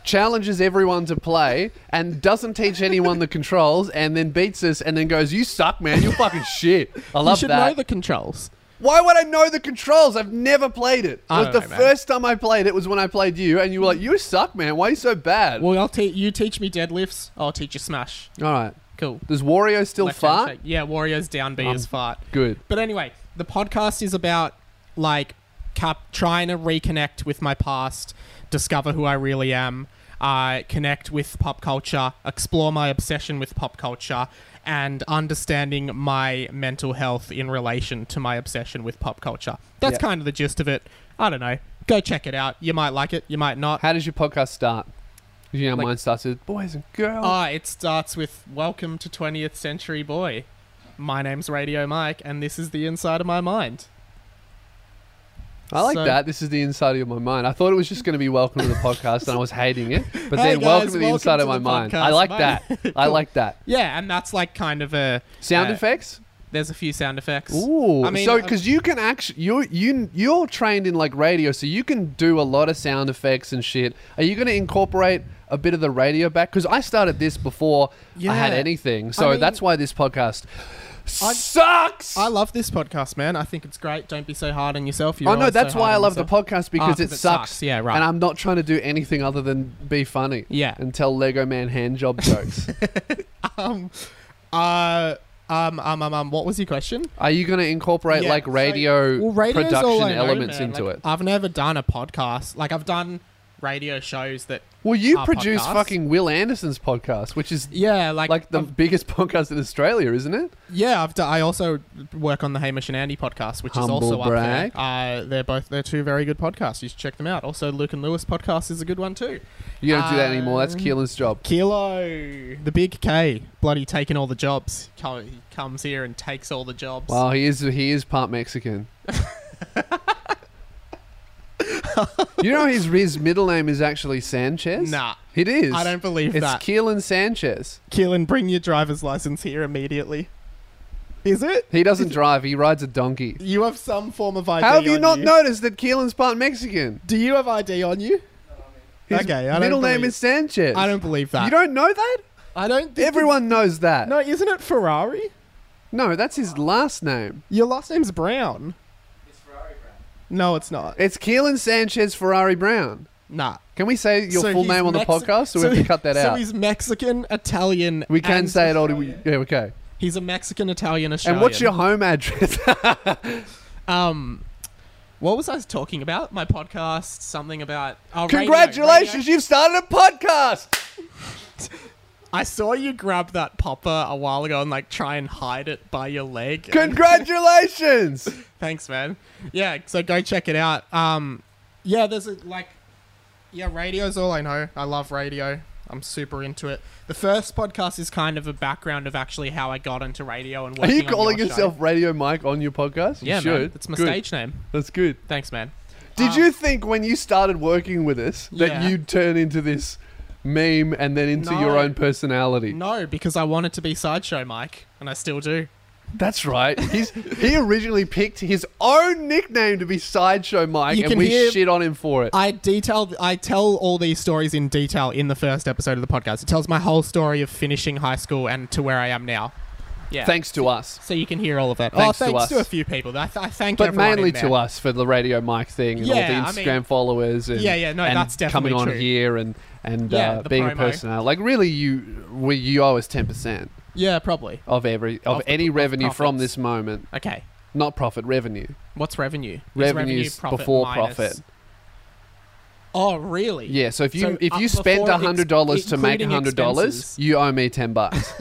S1: challenges everyone to play, and doesn't teach anyone the controls, and then beats us, and then goes, "You suck, man. You're fucking shit." I
S2: You
S1: love
S2: should
S1: that.
S2: know the controls.
S1: Why would I know the controls? I've never played it. It
S2: I
S1: was
S2: don't
S1: the
S2: know, man.
S1: first time I played it was when I played you, and you were like, "You suck, man. Why are you so bad?"
S2: Well, I'll te- you teach me deadlifts. I'll teach you smash.
S1: All right.
S2: Cool.
S1: Does Wario still
S2: Left hand
S1: fart?
S2: shake. Yeah, Warriors down B
S1: Um,
S2: is fart.
S1: Good.
S2: But anyway, the podcast is about like cap- trying to reconnect with my past, discover who I really am, uh, connect with pop culture, explore my obsession with pop culture, and understanding my mental health in relation to my obsession with pop culture. That's
S1: Yeah.
S2: kind of the gist of it. I don't know. Go check it out. You might like it. You might not.
S1: How does your podcast start? You know,
S2: Like-
S1: mine starts with boys and girls.
S2: Ah, it starts with "Welcome to 20th Century Boy." My name's Radio Mike, and this is the inside of my mind.
S1: I like
S2: so-
S1: that. This is the inside of my mind. I thought it was just going to be welcome to the podcast, and I was hating it. But
S2: Hey
S1: then,
S2: guys,
S1: welcome to the
S2: welcome
S1: inside
S2: to
S1: of my
S2: the
S1: mind.
S2: podcast,
S1: I like
S2: mate.
S1: that. I like that.
S2: Yeah, and that's like kind of a
S1: Sound
S2: Uh,
S1: effects.
S2: There's a few sound effects.
S1: Ooh.
S2: I mean, uh,
S1: so
S2: I-
S1: because you can actually you you you're trained in like radio, so you can do a lot of sound effects and shit. Are you going to incorporate a bit of the radio back? Because I started this before I had
S2: Yeah.
S1: anything, so
S2: mean-
S1: that's why this podcast sucks.
S2: I love this podcast, man. I think it's great. Don't be so hard on yourself. You're
S1: Oh no,
S2: always so
S1: that's why
S2: hard
S1: I
S2: on
S1: love the
S2: yourself.
S1: podcast because
S2: 'cause
S1: it,
S2: it
S1: sucks.
S2: sucks. Yeah, right.
S1: And I'm not trying to do anything other than be funny.
S2: Yeah.
S1: And tell Lego Man hand job jokes.
S2: Um, uh, um, um, um, um, what was your question?
S1: Are you going to incorporate
S2: Yeah,
S1: like
S2: so-
S1: radio
S2: radio's
S1: production
S2: all I know,
S1: elements
S2: man.
S1: into
S2: Like, uh,
S1: it?
S2: I've never done a podcast. Like I've done radio shows that.
S1: Well, you
S2: our
S1: produce
S2: podcast?
S1: fucking Will Anderson's podcast, which is
S2: Yeah, like, um,
S1: like the
S2: I've-
S1: biggest podcast in Australia, isn't it?
S2: yeah, I've done, I also work on the Hamish and Andy podcast, which
S1: Humble
S2: is also
S1: brag.
S2: up there. Uh, they're both they're two very good podcasts. You should check them out. Also, Luke and Lewis podcast is a good one too.
S1: You don't do that anymore. That's
S2: Um,
S1: Keelan's job.
S2: Kilo, the big K, bloody taking all the jobs. Co- He comes here and takes all the jobs.
S1: Well, he is he is part Mexican. you know his his middle name is actually Sanchez.
S2: Nah,
S1: it is.
S2: I don't believe
S1: It's
S2: that.
S1: Keelan Sanchez.
S2: Keelan, bring your driver's license here immediately. Is it?
S1: He doesn't drive. He rides a donkey.
S2: You have some form of ID.
S1: How have you
S2: on
S1: not noticed that Keelan's part Mexican?
S2: Do you have ID on you?
S1: His
S2: okay, I don't
S1: middle name
S2: believe-
S1: is Sanchez.
S2: I don't believe that.
S1: You don't know that?
S2: I don't. Think
S1: Everyone knows that.
S2: No, isn't it Ferrari?
S1: No, that's his last name.
S2: Your last name's Brown. It's Ferrari Brown. No, it's not.
S1: It's Keelan Sanchez Ferrari Brown.
S2: Nah.
S1: Can we say your
S2: So
S1: full
S2: he's
S1: name on the
S2: Mexi-
S1: podcast, or we have to
S2: he-
S1: cut that
S2: so
S1: out?
S2: he's Mexican, Italian.
S1: We can
S2: and-
S1: say it all. do we- Yeah, okay.
S2: He's a Mexican, Italian, Australian.
S1: And what's your home address?
S2: Um, what was I talking about? My podcast, something about. Oh, radio,
S1: Congratulations,
S2: radio.
S1: you've started a podcast.
S2: I saw you grab that popper a while ago and like try and hide it by your leg.
S1: Congratulations.
S2: Thanks, man. Yeah, so go check it out. Um, yeah, there's a, like, yeah, radio's all I know. I love radio. I'm super into it. The first podcast is kind of a background of actually how I got into radio and
S1: Are
S2: working
S1: you
S2: on
S1: calling
S2: your show.
S1: yourself Radio Mike on your podcast? You
S2: Yeah,
S1: should.
S2: man. It's my
S1: Good.
S2: stage name.
S1: That's good.
S2: Thanks, man.
S1: Did
S2: Um,
S1: you think when you started working with us that
S2: Yeah.
S1: you'd turn into this meme and then into your
S2: No.
S1: own personality?
S2: No, because I wanted to be sideshow Mike, and I still do.
S1: That's right. He's he originally picked his own nickname to be Sideshow Mike,
S2: You
S1: and
S2: can
S1: we
S2: hear-
S1: shit on him for it.
S2: I detailed. I tell all these stories in detail in the first episode of the podcast. It tells my whole story of finishing high school and to where I am now. Yeah.
S1: Thanks to us.
S2: So you can hear all of that.
S1: Thanks to
S2: oh, thanks
S1: us.
S2: to, a few people. I, th- I thank
S1: But
S2: everyone in
S1: mainly
S2: there.
S1: to us for the radio mic thing and
S2: Yeah,
S1: all
S2: I
S1: the
S2: mean-
S1: Instagram followers and
S2: Yeah, yeah, no,
S1: and
S2: that's definitely
S1: coming on
S2: true.
S1: here and and
S2: Yeah,
S1: uh,
S2: the
S1: being a
S2: promo.
S1: personality. Like really, you we you owe us ten percent
S2: Yeah, probably.
S1: of every of,
S2: Of the-
S1: any
S2: of
S1: revenue from
S2: profits.
S1: this moment,
S2: Okay.
S1: not profit revenue.
S2: What's revenue? Is
S1: Revenues
S2: profit
S1: before
S2: minus-
S1: profit.
S2: Oh, really?
S1: Yeah, so if you
S2: So,
S1: if
S2: uh,
S1: you spend
S2: before
S1: a
S2: ex-
S1: hundred dollars to make a
S2: including
S1: hundred dollars,
S2: expenses.
S1: you owe me ten bucks.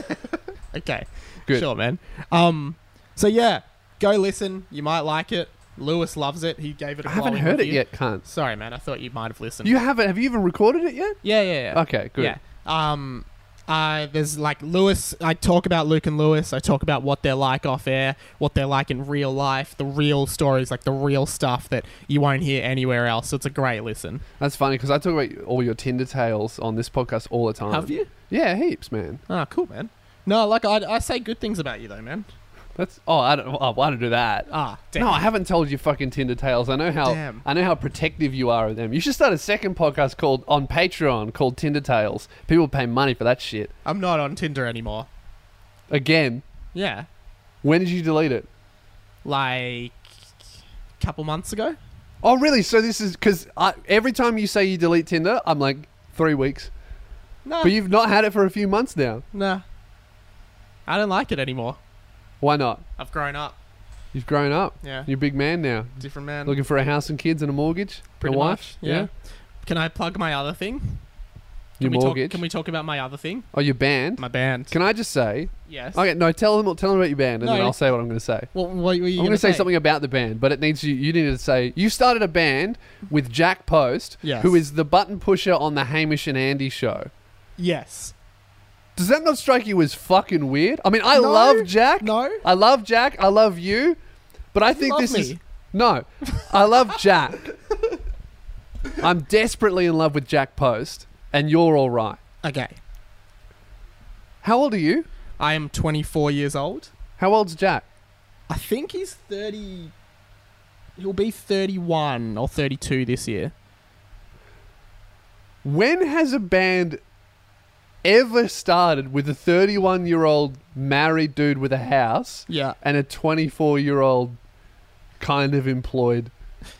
S2: Okay.
S1: Good.
S2: Sure, man. Um. So yeah, go listen. You might like it. Lewis loves it. He gave it. a
S1: I haven't
S2: glowing
S1: heard it
S2: review.
S1: yet, cunt.
S2: Sorry, man. I thought you might have listened.
S1: You haven't? Have you even recorded it yet?
S2: yeah, yeah, yeah.
S1: Okay, good.
S2: Yeah. Um, I there's like Lewis. I talk about Luke and Lewis. I talk about what they're like off air, what they're like in real life, the real stories, like the real stuff that you won't hear anywhere else. So it's a great listen.
S1: That's funny because I talk about all your Tinder tales on this podcast all the time.
S2: Have you?
S1: Yeah, heaps, Ah, man.
S2: Oh, cool, man. No, like I, I say good things about you though, man.
S1: That's oh, I don't. Oh, I don't do that.
S2: Ah, damn.
S1: No, I haven't told you fucking Tinder tales. I know how
S2: Damn.
S1: I know how protective you are of them. You should start a second podcast called on Patreon called Tinder Tales. People pay money for that shit.
S2: I'm not on Tinder anymore.
S1: Again,
S2: Yeah,
S1: when did you delete it?
S2: like a couple months ago.
S1: Oh, really? So this is because every time you say you delete Tinder, I'm like three weeks,
S2: No,
S1: but you've not had it for a few months now.
S2: no. I don't like it anymore.
S1: Why not?
S2: I've grown up.
S1: You've grown up.
S2: Yeah,
S1: You're a big man now.
S2: different man.
S1: Looking for a house and kids and a mortgage,
S2: Pretty
S1: a wife.
S2: much. Yeah. Can I plug my other thing? Can
S1: Your
S2: we
S1: mortgage.
S2: Talk, can we talk about my other thing?
S1: Oh, your band.
S2: My band.
S1: Can I just say?
S2: yes.
S1: Okay, no. Tell them. Tell them about your band, and
S2: No.
S1: then I'll say what I'm going to say.
S2: What, what were you
S1: I'm
S2: gonna
S1: going to say, something about the band, but it needs you. You need to say you started a band with Jack Post,
S2: Yes.
S1: who is the button pusher on the Hamish and Andy show.
S2: Yes.
S1: Does that not strike you as fucking weird? I mean, I
S2: No,
S1: love Jack.
S2: no.
S1: I love Jack. I love you, but I think
S2: love
S1: this is
S2: me.
S1: no. I love Jack. I'm desperately in love with Jack Post, and you're all right.
S2: Okay.
S1: How old are you?
S2: I am 24 years old.
S1: How old's Jack?
S2: I think he's 30. He'll be 31 or 32 this year.
S1: When has a band ever started with a 31 year old married dude with a house
S2: Yeah.
S1: and a 24 year old kind of employed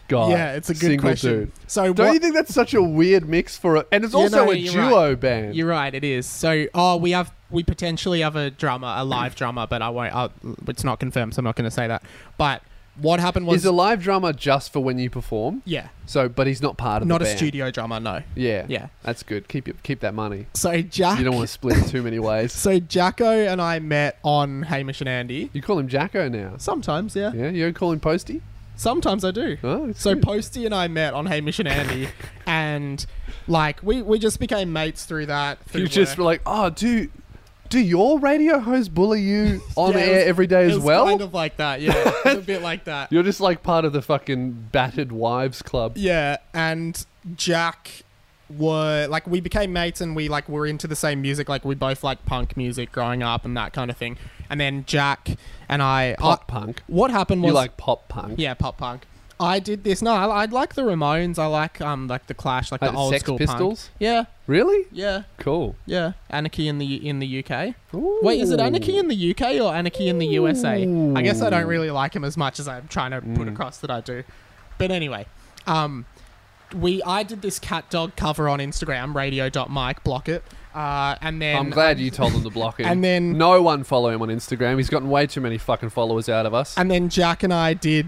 S1: guy?
S2: yeah, it's a good
S1: single
S2: question.
S1: Dude.
S2: So
S1: Don't
S2: what,
S1: you think that's such a weird mix for a And it's
S2: Yeah,
S1: also
S2: no,
S1: a
S2: you're right.
S1: duo band.
S2: You're right. It is. So, oh, we have we potentially have a drummer, a live drummer, but I won't. I'll, it's not confirmed, so I'm not going to say that. But what happened was,
S1: Is a live drummer just for when you perform?
S2: yeah,
S1: So, but he's not part of
S2: not
S1: the
S2: a
S1: band.
S2: studio drummer. No.
S1: Yeah,
S2: Yeah.
S1: that's good. Keep it, keep that money.
S2: So Jack.
S1: You don't want to split it too many ways.
S2: So Jacko and I met on Hamish and Andy.
S1: You call him Jacko now.
S2: Sometimes, yeah.
S1: Yeah, you don't call him Posty.
S2: Sometimes I do.
S1: Oh, it's
S2: So
S1: good.
S2: Posty and I met on Hamish and Andy, and like we, we just became mates through that. Through
S1: you just were
S2: work.
S1: like, oh, do do your radio host bully you on
S2: Yeah, it
S1: air
S2: was-
S1: every day
S2: It
S1: as
S2: was
S1: well?
S2: kind of like that, yeah, it was a bit like that.
S1: You're just like part of the fucking battered wives club.
S2: Yeah, and Jack were like we became mates and we like were into the same music like we both like punk music growing up and that kind of thing and then jack and i
S1: Pop
S2: I-
S1: punk.
S2: what happened was
S1: You like pop punk.
S2: Yeah, pop punk. I did this. No, I, I like the Ramones. I like um like the Clash, like,
S1: Like
S2: the
S1: the
S2: old
S1: Sex
S2: school
S1: Pistols?
S2: punk. Yeah,
S1: Really?
S2: yeah,
S1: Cool.
S2: yeah. Anarchy in the in the UK. Wait, is it
S1: Ooh.
S2: Anarchy in the UK or Anarchy in the USA? I guess I don't
S1: Ooh.
S2: really like him as much as I'm trying to put
S1: Mm.
S2: across that I do. But anyway, um, we I did this cat dog cover on Instagram, radio.mike, block it. Uh, and then
S1: I'm glad you told him to block him.
S2: And then-
S1: no one follow him on Instagram. He's gotten way too many fucking followers out of us.
S2: And then Jack and I did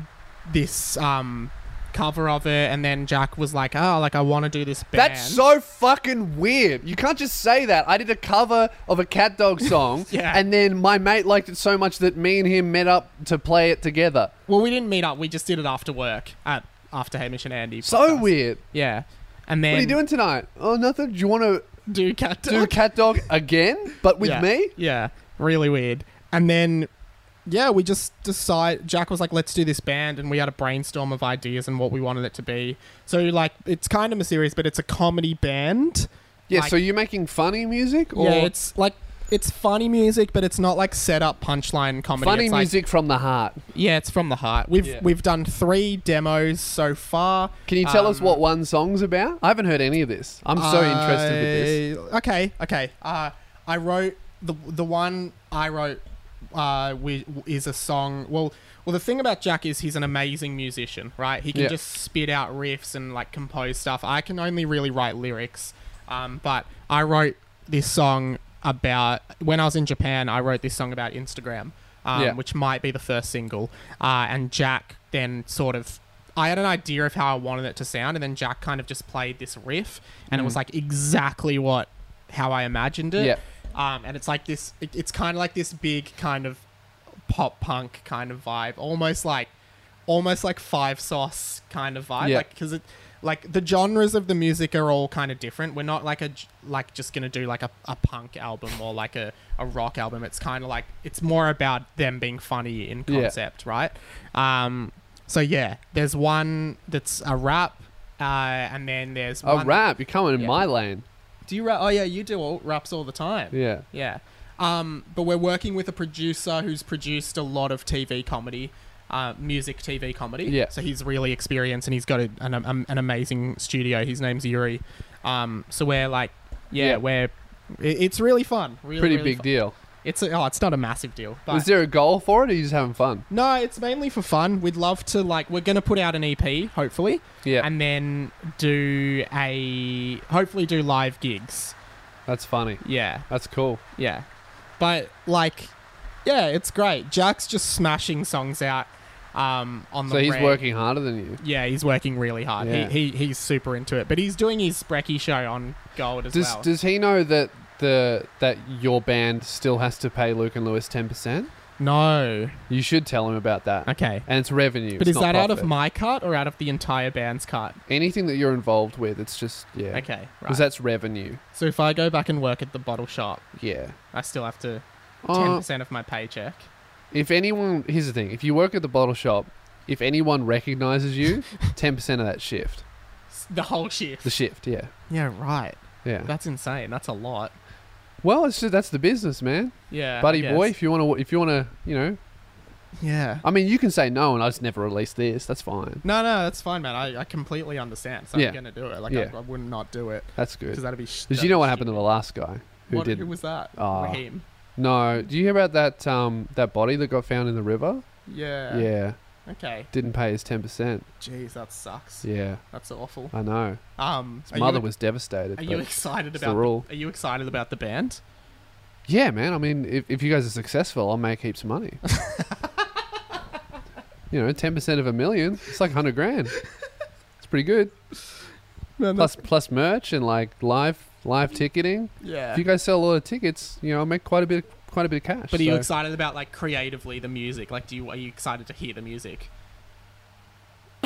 S2: this um cover of it, and then Jack was like, "Oh, like I want to do this band."
S1: That's so fucking weird. You can't just say that. I did a cover of a cat dog song,
S2: Yeah.
S1: and then my mate liked it so much that me and him met up to play it together.
S2: Well, we didn't meet up. We just did it after work at after Hamish and Andy.
S1: So
S2: podcast.
S1: weird.
S2: Yeah. And then
S1: What are you doing tonight? Oh, nothing. Do you want to
S2: Do cat dog.
S1: do cat dog again, but with
S2: yeah.
S1: me?
S2: Yeah. Really weird. And then. Yeah, we just decide. Jack was like, "Let's do this band," and we had a brainstorm of ideas and what we wanted it to be. So, like, it's kind of mysterious, but it's a comedy band.
S1: Yeah.
S2: Like-
S1: so you're making funny music, or
S2: yeah, it's like it's funny music, but it's not like set up punchline comedy.
S1: funny
S2: It's, like-
S1: music from the heart?
S2: Yeah, it's from the heart. We've
S1: Yeah.
S2: we've done three demos so far.
S1: Can you tell
S2: Um,
S1: us what one song's about? I haven't heard any of this. I'm so interested with this.
S2: I- Okay, okay. Uh, I wrote the the one I wrote uh, wi- is a song. Well, well, the thing about Jack is he's an amazing musician, right? He can
S1: Yeah.
S2: just spit out riffs and like compose stuff. I can only really write lyrics, um, but I wrote this song about when I was in Japan. I wrote this song about Instagram, um,
S1: Yeah.
S2: which might be the first single. Uh, and Jack then sort of. I had an idea of how I wanted it to sound, and then Jack kind of just played this riff, and it was like exactly what how I imagined it
S1: Mm. Yeah.
S2: um, and it's like this it, it's kind of like this big kind of pop punk kind of vibe almost like almost like five sauce kind of vibe
S1: Yeah.
S2: like because it like the genres of the music are all kind of different we're not like a j- like just gonna do like a, a punk album or like a, a rock album it's kind of like it's more about them being funny in
S1: Yeah.
S2: concept right um so yeah there's one that's a rap uh, and then there's
S1: A
S2: one-
S1: rap. You're coming in
S2: Yeah.
S1: my lane.
S2: do you rap oh yeah you do all raps all the time
S1: Yeah.
S2: yeah. Um, but we're working with a producer who's produced a lot of TV comedy, uh, music TV comedy.
S1: Yeah.
S2: So he's really experienced and he's got a, an, um, an amazing studio. His name's Yuri. Um, so we're like, yeah,
S1: Yeah.
S2: we're. It, it's really fun. Really,
S1: Pretty
S2: really
S1: big
S2: fun.
S1: deal.
S2: It's a, oh, it's not a massive deal. But
S1: Was there a goal for it, or are you just having fun?
S2: no, it's mainly for fun. We'd love to like we're gonna put out an EP hopefully,
S1: Yeah,
S2: and then do a hopefully do live gigs.
S1: that's funny.
S2: Yeah.
S1: That's cool.
S2: Yeah. But like yeah, it's great. Jack's just smashing songs out um on the
S1: So he's
S2: reg.
S1: working harder than you.
S2: Yeah, he's working really hard.
S1: Yeah.
S2: He, he he's super into it. But he's doing his Brecky show on Gold as
S1: Does
S2: well.
S1: Does he know that the that your band still has to pay Luke and Lewis ten percent?
S2: no.
S1: You should tell him about that.
S2: Okay.
S1: And it's revenue.
S2: But
S1: it's
S2: is
S1: not
S2: that out of
S1: profit.
S2: my cut or out of the entire band's cut?
S1: anything that you're involved with? It's just yeah.
S2: Okay, right.
S1: Because that's revenue.
S2: so if I go back and work at the bottle shop,
S1: Yeah.
S2: I still have to ten
S1: Uh,
S2: percent of my paycheck.
S1: if anyone, here's the thing: if you work at the bottle shop, if anyone recognizes you, ten percent of that shift,
S2: S- The whole shift.
S1: the shift. Yeah.
S2: Yeah, right.
S1: Yeah.
S2: That's insane. That's a lot.
S1: well, it's just, that's the business, man.
S2: Yeah. I
S1: buddy
S2: guess.
S1: boy if you want to if you want to you know
S2: Yeah.
S1: i mean you can say no and i just never release this that's fine
S2: No, no, that's fine, man. I, I completely understand. So
S1: Yeah.
S2: I'm gonna do it. Like
S1: Yeah.
S2: I, I would not do it
S1: that's
S2: because
S1: good
S2: that'd be. sh-
S1: because you
S2: that'd
S1: know
S2: be
S1: what happened to the
S2: stupid.
S1: last guy who
S2: What-
S1: did
S2: Who was that?
S1: Ah.
S2: Raheem.
S1: no do you hear about that um that body that got found in the river
S2: Yeah.
S1: yeah
S2: Okay.
S1: didn't pay his 10%
S2: Jeez, that sucks.
S1: yeah
S2: That's awful.
S1: i know
S2: Um,
S1: his
S2: are
S1: mother
S2: you,
S1: was devastated
S2: Are
S1: but
S2: you excited
S1: it's
S2: about?
S1: the rule
S2: Are you excited about the band?
S1: yeah man i mean if, if you guys are successful i'll make heaps of money you know 10% of a million it's like 100 grand it's pretty good plus plus merch and like live live ticketing
S2: yeah.
S1: if you guys sell a lot of tickets, you know, I make quite a bit, quite a bit of cash.
S2: but are you
S1: so-
S2: excited about like creatively the music? Like, do you are you excited to hear the music?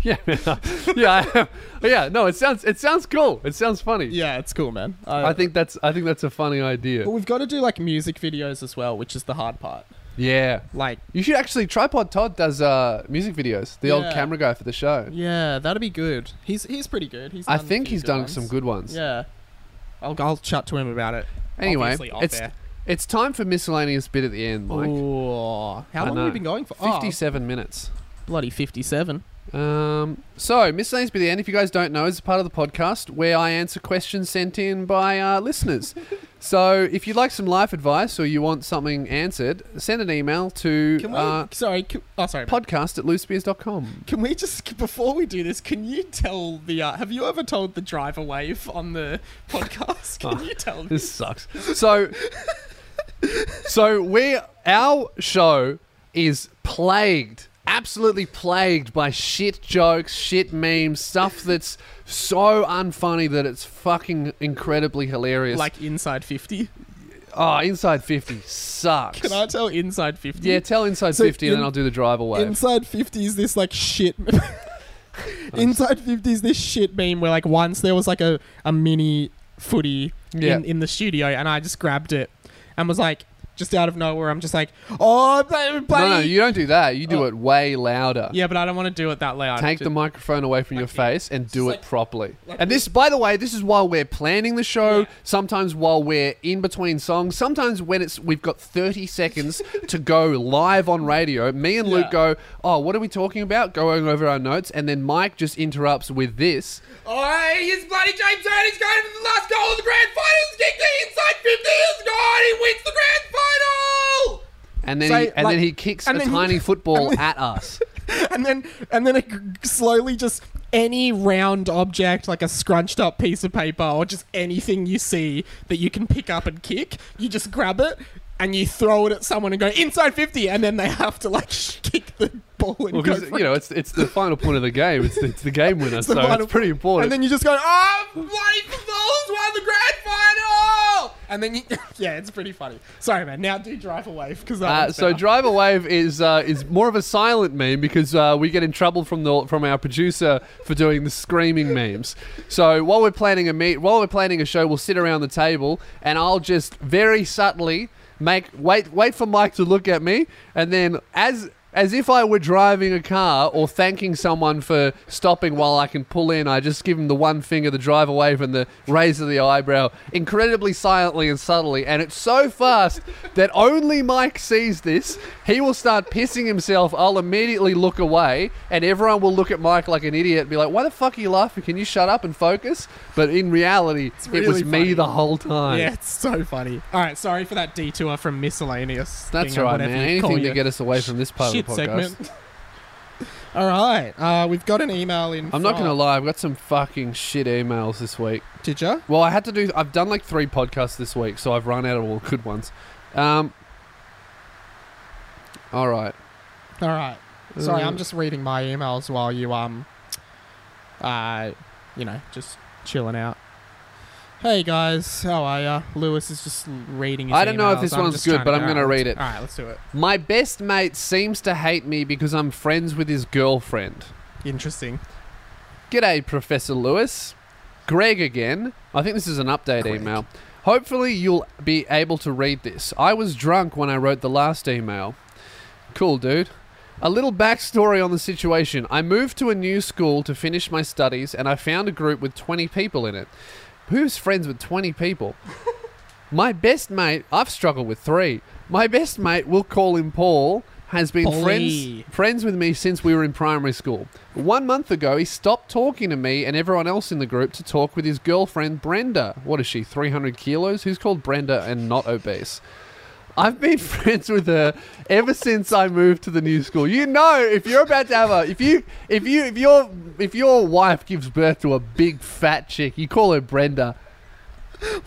S1: yeah, man. yeah, I am. yeah. No, it sounds, it sounds cool. It sounds funny.
S2: Yeah, it's cool, man.
S1: I think that's, I think that's a funny idea.
S2: But we've got to do like music videos as well, which is the hard part.
S1: Yeah,
S2: Like,
S1: you should actually. Tripod Todd does uh, music videos. The old
S2: Yeah.
S1: camera guy for the show.
S2: yeah, that'd be good. He's he's pretty good. He's.
S1: I
S2: done a
S1: think
S2: few
S1: he's done
S2: ones.
S1: some good ones.
S2: Yeah. I'll, I'll chat to him about it.
S1: Anyway,
S2: Obviously off
S1: it's
S2: air.
S1: it's time for miscellaneous bit at the end, Mike.
S2: Ooh,
S1: I
S2: how long have
S1: know.
S2: we been going for? Oh,
S1: Fifty-seven minutes.
S2: bloody 57.
S1: Um, so, Miscellaneous Bit at the End, if you guys don't know, is a part of the podcast where I answer questions sent in by uh, listeners. so, if you'd like some life advice or you want something answered, send an email to
S2: Can we?
S1: uh,
S2: sorry. Can, oh, sorry. man.
S1: podcast at loosebeers.com.
S2: can we just, before we do this, can you tell the, uh, have you ever told the driver wave on the podcast? Can
S1: Oh,
S2: you tell me?
S1: This sucks. So, so we our show is plagued, absolutely plagued by shit jokes, shit memes, stuff that's so unfunny that it's fucking incredibly hilarious.
S2: Like Inside 50?
S1: Oh, Inside 50 sucks.
S2: Can I tell Inside 50?
S1: Yeah, tell Inside
S2: So
S1: 50 and
S2: in-
S1: then I'll do the drive away.
S2: Inside 50 is this like shit. Inside 50 is this shit meme where like once there was like a, a mini footy
S1: Yeah.
S2: in, in the studio and I just grabbed it and was like, just out of nowhere, I'm just like, oh, bloody.
S1: no, no, you don't do that. You do
S2: Oh.
S1: it way louder.
S2: yeah, but I don't want to do it that loud.
S1: Take the
S2: Just-
S1: microphone away from your
S2: Like, yeah.
S1: face and do it
S2: Just like-
S1: properly.
S2: like
S1: and this, by the way, this is while we're planning the show.
S2: Yeah.
S1: Sometimes while we're in between songs. Sometimes when it's we've got thirty seconds to go live on radio. Me and Luke
S2: Yeah.
S1: go, "Oh, what are we talking about?" Going over our notes, and then Mike just interrupts with this.
S2: Oh, he's bloody James Harden's going for the last goal of the grand finals. Kick the inside 50 is gone. He wins the grand
S1: and then
S2: So,
S1: he, and
S2: like-
S1: then he kicks a
S2: and then he-
S1: tiny football
S2: and then-
S1: at us.
S2: and then and then it g- slowly just any round object like a scrunched up piece of paper or just anything you see that you can pick up and kick you just grab it and you throw it at someone and go inside 50 and then they have to like kick the ball and
S1: Well,
S2: go
S1: 'cause,
S2: for
S1: you know, it's it's the final point of the game. It's the, it's the game winner,
S2: the
S1: so
S2: final-
S1: it's pretty important.
S2: And then you just go, oh, bloody Bulls won the grand final! And then you, yeah, it's pretty funny. Sorry, man. Now do drive away because that
S1: Uh,
S2: one's
S1: so
S2: better.
S1: driver wave is uh, is more of a silent meme because uh, we get in trouble from the from our producer for doing the screaming memes. So while we're planning a meet, while we're planning a show, we'll sit around the table and I'll just very subtly make wait wait for Mike to look at me, and then as as if I were driving a car or thanking someone for stopping while I can pull in, I just give him the one finger, the driver wave, and the raise of the eyebrow, incredibly silently and subtly. And it's so fast that only Mike sees this. He will start pissing himself. I'll immediately look away, and everyone will look at Mike like an idiot and be like, Why the fuck are you laughing? Can you shut up and focus? But in reality, it was
S2: really funny.
S1: me the whole time.
S2: Yeah, it's so funny. All right, sorry for that detour from miscellaneous.
S1: That's
S2: thing or
S1: right, man.
S2: whatever you call
S1: Anything to
S2: your
S1: get us away from this part
S2: shit
S1: of the podcast.
S2: segment. All right, uh, we've got an email in.
S1: I'm not going
S2: from-
S1: to lie, I've got some fucking shit emails this week.
S2: Did you?
S1: Well, I had to do. I've done like three podcasts this week, so I've run out of all good ones. Um, all right.
S2: All right. Sorry,
S1: Uh,
S2: I'm just reading my emails while you um, uh, you know, just chilling out. Hey guys, how are ya? Lewis is just l- reading. His
S1: I don't know if
S2: emails.
S1: this
S2: I'm
S1: one's
S2: just
S1: good,
S2: trying to
S1: but
S2: go
S1: I'm gonna
S2: out.
S1: read it.
S2: All right, let's do it.
S1: My best mate seems to hate me because I'm friends with his girlfriend.
S2: Interesting.
S1: G'day, Professor Lewis. Greg again. I think this is an update
S2: Greg.
S1: email. Hopefully, you'll be able to read this. I was drunk when I wrote the last email. Cool, dude. A little backstory on the situation. I moved to a new school to finish my studies, and I found a group with 20 people in it. Who's friends with 20 people? my best mate, I've struggled with three. My best mate, we'll call him Paul, has been
S2: Paulie.
S1: friends friends with me since we were in primary school. One month ago, he stopped talking to me and everyone else in the group to talk with his girlfriend Brenda. What is she? 300 kilos? Who's called Brenda and not obese? I've been friends with her ever since I moved to the new school. You know, if you're about to have a, if you, if you, if your, if your wife gives birth to a big fat chick, you call her Brenda.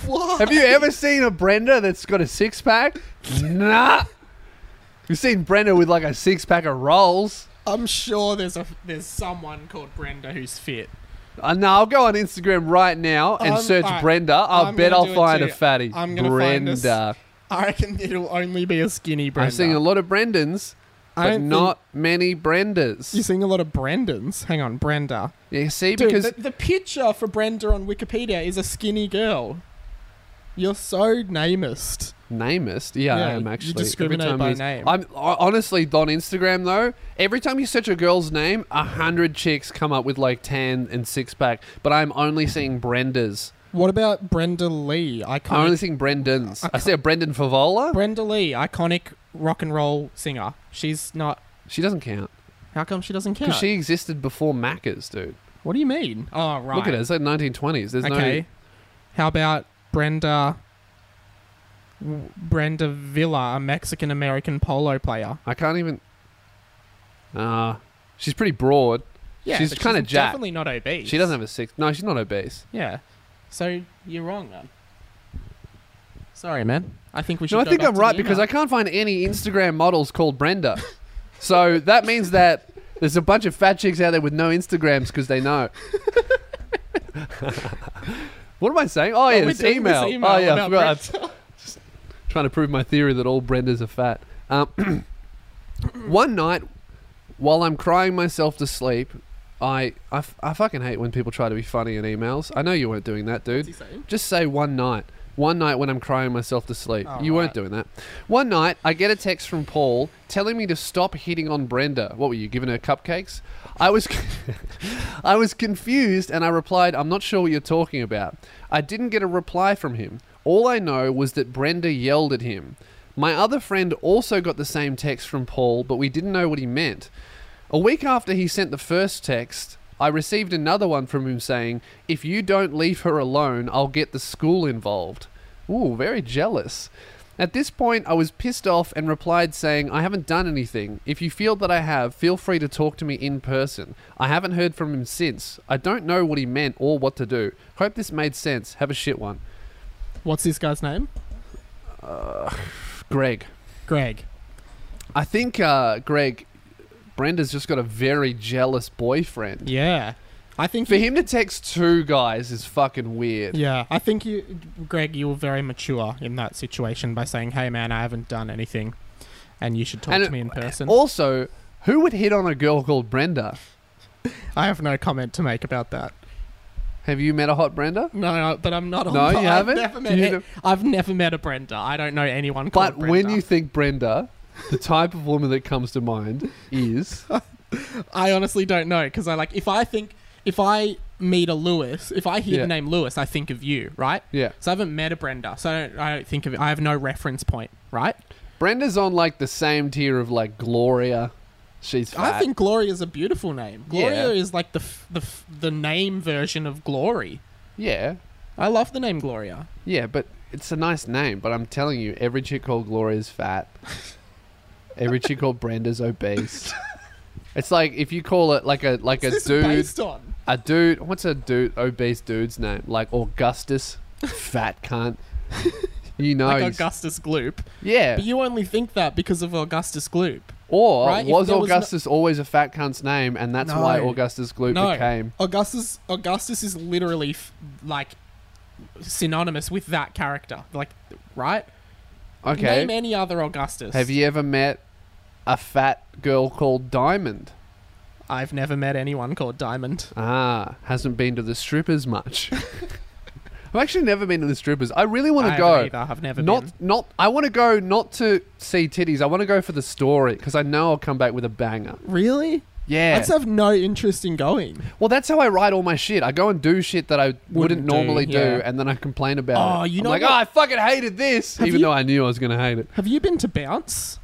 S2: What?
S1: Have you ever seen a Brenda that's got a six pack? Nah. You've seen Brenda with like a six pack of rolls.
S2: I'm sure there's a there's someone called Brenda who's fit.
S1: Uh, no, I'll go on Instagram right now and
S2: Um,
S1: search
S2: alright.
S1: Brenda. I'll
S2: I'm
S1: bet
S2: gonna
S1: I'll
S2: do it
S1: find a
S2: too.
S1: fatty.
S2: I'm gonna find
S1: Brenda.
S2: this I reckon it'll only be a skinny Brenda.
S1: I've seen a lot of Brendans, but
S2: I don't think-
S1: not many
S2: You're
S1: Brendas.
S2: seeing a lot of Brendans. Hang on, Brenda.
S1: You see,
S2: Dude,
S1: because
S2: the, the picture for Brenda on Wikipedia is a skinny girl. You're so namist.
S1: namist. Yeah,
S2: Yeah,
S1: I am
S2: you
S1: actually.
S2: discriminate
S1: Every time
S2: by
S1: he's-
S2: name.
S1: I'm ho- honestly on Instagram though. Every time you search a girl's name, a hundred chicks come up with like tan and six pack. But I'm only seeing Brendas.
S2: What about Brenda Lee?
S1: I'm only
S2: Iconic.
S1: seeing Brendans. I, see a Brendan Favola.
S2: Brenda Lee, iconic rock and roll singer. She's not.
S1: She doesn't count
S2: How come she doesn't count?
S1: because she existed before Macca's, dude.
S2: what do you mean? Oh right.
S1: Look at it. It's like 1920s. There's
S2: okay. How about Brenda? W- Brenda Villa, a Mexican American polo player.
S1: no. I can't even. Uh, she's pretty broad.
S2: Yeah,
S1: She's
S2: but
S1: kinda jacked.
S2: Definitely not obese.
S1: She doesn't have a six. No, she's not obese.
S2: Yeah. So you're wrong, man. Sorry, man. I think we should.
S1: No, I
S2: go
S1: think
S2: back
S1: I'm
S2: to
S1: right
S2: the
S1: because I
S2: email.
S1: can't find any Instagram models called Brenda. so that means that there's a bunch of fat chicks out there with no Instagrams because they know. what am I saying? Oh, yeah,
S2: we're
S1: it's
S2: doing this
S1: email.
S2: email
S1: Oh, yeah, I
S2: about
S1: forgot. Just trying to prove my theory that all Brendas are fat. Um, one night, while I'm crying myself to sleep, I, I, f- I fucking hate when people try to be funny in emails. I know you weren't doing that, dude. Just say one night. One night when I'm crying myself to sleep.
S2: Oh,
S1: you weren't
S2: right.
S1: doing that. One night, I get a text from Paul telling me to stop hitting on Brenda. What were you giving her cupcakes? I was, I was confused, and I replied, "I'm not sure what you're talking about." I didn't get a reply from him. All I know was that Brenda yelled at him. My other friend also got the same text from Paul, but we didn't know what he meant. A week after he sent the first text, I received another one from him saying, If you don't leave her alone, I'll get the school involved. Ooh, very jealous. At this point, I was pissed off and replied saying, I haven't done anything. If you feel that I have, feel free to talk to me in person. I haven't heard from him since. I don't know what he meant or what to do. Hope this made sense. Have a shit one.
S2: What's this guy's name?
S1: Greg.
S2: Greg.
S1: I think, uh, Greg, Brenda's just got a very jealous boyfriend.
S2: Yeah. I think
S1: For
S2: you-
S1: him to text two guys is fucking weird.
S2: Yeah, I think you, Greg, you were very mature in that situation by saying, "Hey, man, I haven't done anything, and you should talk
S1: And
S2: to me in person."
S1: Also, who would hit on a girl called Brenda?
S2: I have no comment to make about that.
S1: Have you met a hot Brenda?
S2: No, no but I'm not. on
S1: No, you
S2: I've
S1: haven't?
S2: Never met
S1: You
S2: a-
S1: don't-
S2: I've never met a Brenda. I don't know anyone called
S1: But
S2: Brenda.
S1: when you think Brenda, the type of woman that comes to mind is
S2: I honestly don't know because I like if I think if I meet a Lewis, if I hear
S1: Yeah.
S2: the name Lewis, I think of you, right?
S1: yeah.
S2: So I haven't met a Brenda, so I don't, I don't think of it. I have no reference point, right?
S1: Brenda's on like the same tier of like Gloria. She's fat.
S2: I think Gloria is a beautiful name. Gloria
S1: Yeah.
S2: is like the f- the f- the name version of glory.
S1: yeah,
S2: I love the name Gloria.
S1: yeah, but it's a nice name. But I'm telling you, every chick called Gloria is fat. every chick called Brenda's obese. It's like if you call it like a like
S2: What's
S1: a
S2: this
S1: dude,
S2: based on?
S1: a dude. What's a dude obese dude's name? Like Augustus, fat cunt. You know,
S2: Like
S1: he's-
S2: Augustus Gloop.
S1: yeah.
S2: But you only think that because of Augustus Gloop.
S1: Or
S2: Right, if
S1: was
S2: there was no-
S1: Augustus always a fat cunt's name, and that's why
S2: No.
S1: Augustus Gloop
S2: No.
S1: became?
S2: Augustus Augustus is literally f- like synonymous with that character. Like right?
S1: Okay.
S2: Name any other Augustus.
S1: Have you ever met a fat girl called Diamond?
S2: I've never met anyone called Diamond.
S1: Ah, hasn't been to the strippers much. I've actually never been to the strippers. I really want
S2: I
S1: to
S2: haven't
S1: go.
S2: Either. I've never
S1: Not,
S2: been.
S1: not. I want to go not to see titties. I want to go for the story because I know I'll come back with a banger.
S2: Really? I
S1: Yeah.
S2: just have no interest in going.
S1: well, that's how I write all my shit. I go and do shit that I wouldn't,
S2: Wouldn't do,
S1: normally do,
S2: yeah.
S1: and then I complain about
S2: Oh,
S1: it.
S2: you
S1: I'm
S2: know
S1: like,
S2: what?
S1: oh, I fucking hated this,
S2: Have
S1: even
S2: you-
S1: though I knew I was gonna hate it.
S2: Have you been to Bounce?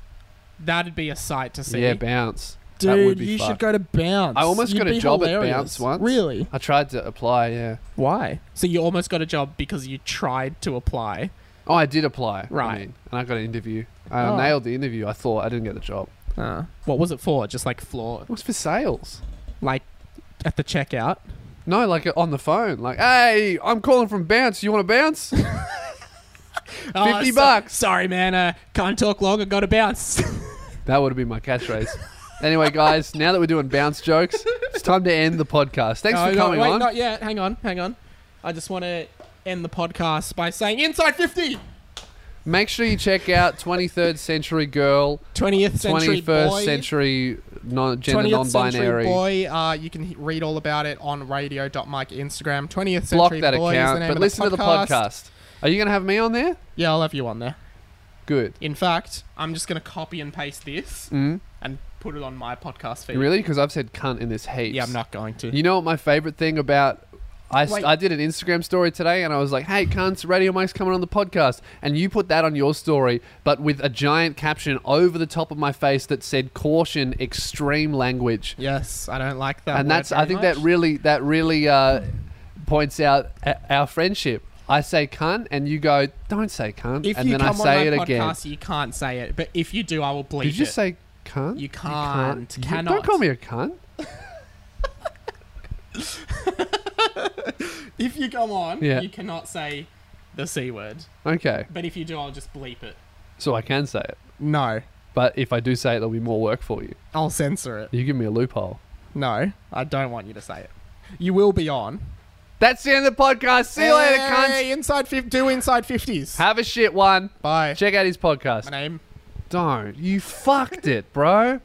S2: That'd be a sight to see.
S1: Yeah, bounce.
S2: Dude,
S1: that would be
S2: you
S1: fun.
S2: should go to Bounce.
S1: I almost
S2: You'd
S1: got a
S2: be
S1: job at
S2: hilarious.
S1: Bounce once.
S2: Really?
S1: I tried to apply. Yeah.
S2: Why? So you almost got a job because you tried to apply.
S1: Oh, I did apply. I
S2: Right.
S1: mean, and I got an interview. I
S2: Oh.
S1: nailed the interview. I thought I didn't get the job.
S2: What was it for? Just like floor,
S1: It was for sales.
S2: like at the checkout.
S1: No, like uh, on the phone. Like, hey, I'm calling from Bounce. You want to bounce?
S2: Oh,
S1: 50 bucks.
S2: Sorry, man. Uh, can't talk long. I got to bounce.
S1: that would have been my catchphrase. anyway, guys, now that we're doing bounce jokes, it's time to end the podcast. Thanks
S2: No,
S1: for
S2: no,
S1: coming
S2: wait,
S1: on.
S2: Not yet. Hang on. Hang on. I just want to end the podcast by saying Inside 50,
S1: Make sure you check out 23rd Century Girl,
S2: 20th century
S1: 21st
S2: boy.
S1: Century non- Gender
S2: 20th
S1: Non
S2: Century
S1: Binary.
S2: Boy, uh, you can he- read all about it on radio.mike Instagram. 20th
S1: Block
S2: Century
S1: that
S2: Boy is the
S1: account,
S2: name
S1: but
S2: of
S1: listen
S2: the
S1: to the podcast. Are you going to have me on there?
S2: Yeah, I'll have you on there.
S1: Good.
S2: In fact, I'm just going to copy and paste this
S1: Mm.
S2: and put it on my podcast feed.
S1: Really? Because I've said cunt in this heaps.
S2: Yeah, I'm not going to.
S1: You know what my favorite thing about I,
S2: Wait.
S1: I did an Instagram story today and I was like, "Hey, cunts, Radio Mike's coming on the podcast," and you put that on your story, but with a giant caption over the top of my face that said "Caution, extreme language,"
S2: Yes, I don't like that.
S1: and
S2: word
S1: that's
S2: very
S1: I think that
S2: much.
S1: really that really uh, points out a- our friendship. I say cunt, and you go, "Don't say cunt,"
S2: If
S1: and
S2: you
S1: then
S2: come
S1: I say
S2: on
S1: it
S2: my
S1: again.
S2: podcast, you can't say it. But if you do, I will bleep
S1: Did you
S2: it.
S1: say cunt?
S2: You can't.
S1: You-
S2: Cannot.
S1: Don't call me a cunt.
S2: if you come on,
S1: Yeah.
S2: you cannot say the c word.
S1: Okay,
S2: But if you do, I'll just bleep it.
S1: so I can say it,
S2: No,
S1: but if I do say it, there'll be more work for you.
S2: I'll censor it.
S1: You give me a loophole.
S2: No, I don't want you to say it. You will be on.
S1: That's the end of the podcast. See you later, cunts.
S2: Hey, Inside fif- do inside fifties.
S1: Have a shit one.
S2: Bye.
S1: Check out his
S2: My
S1: podcast.
S2: name.
S1: Don't. You fucked it, bro.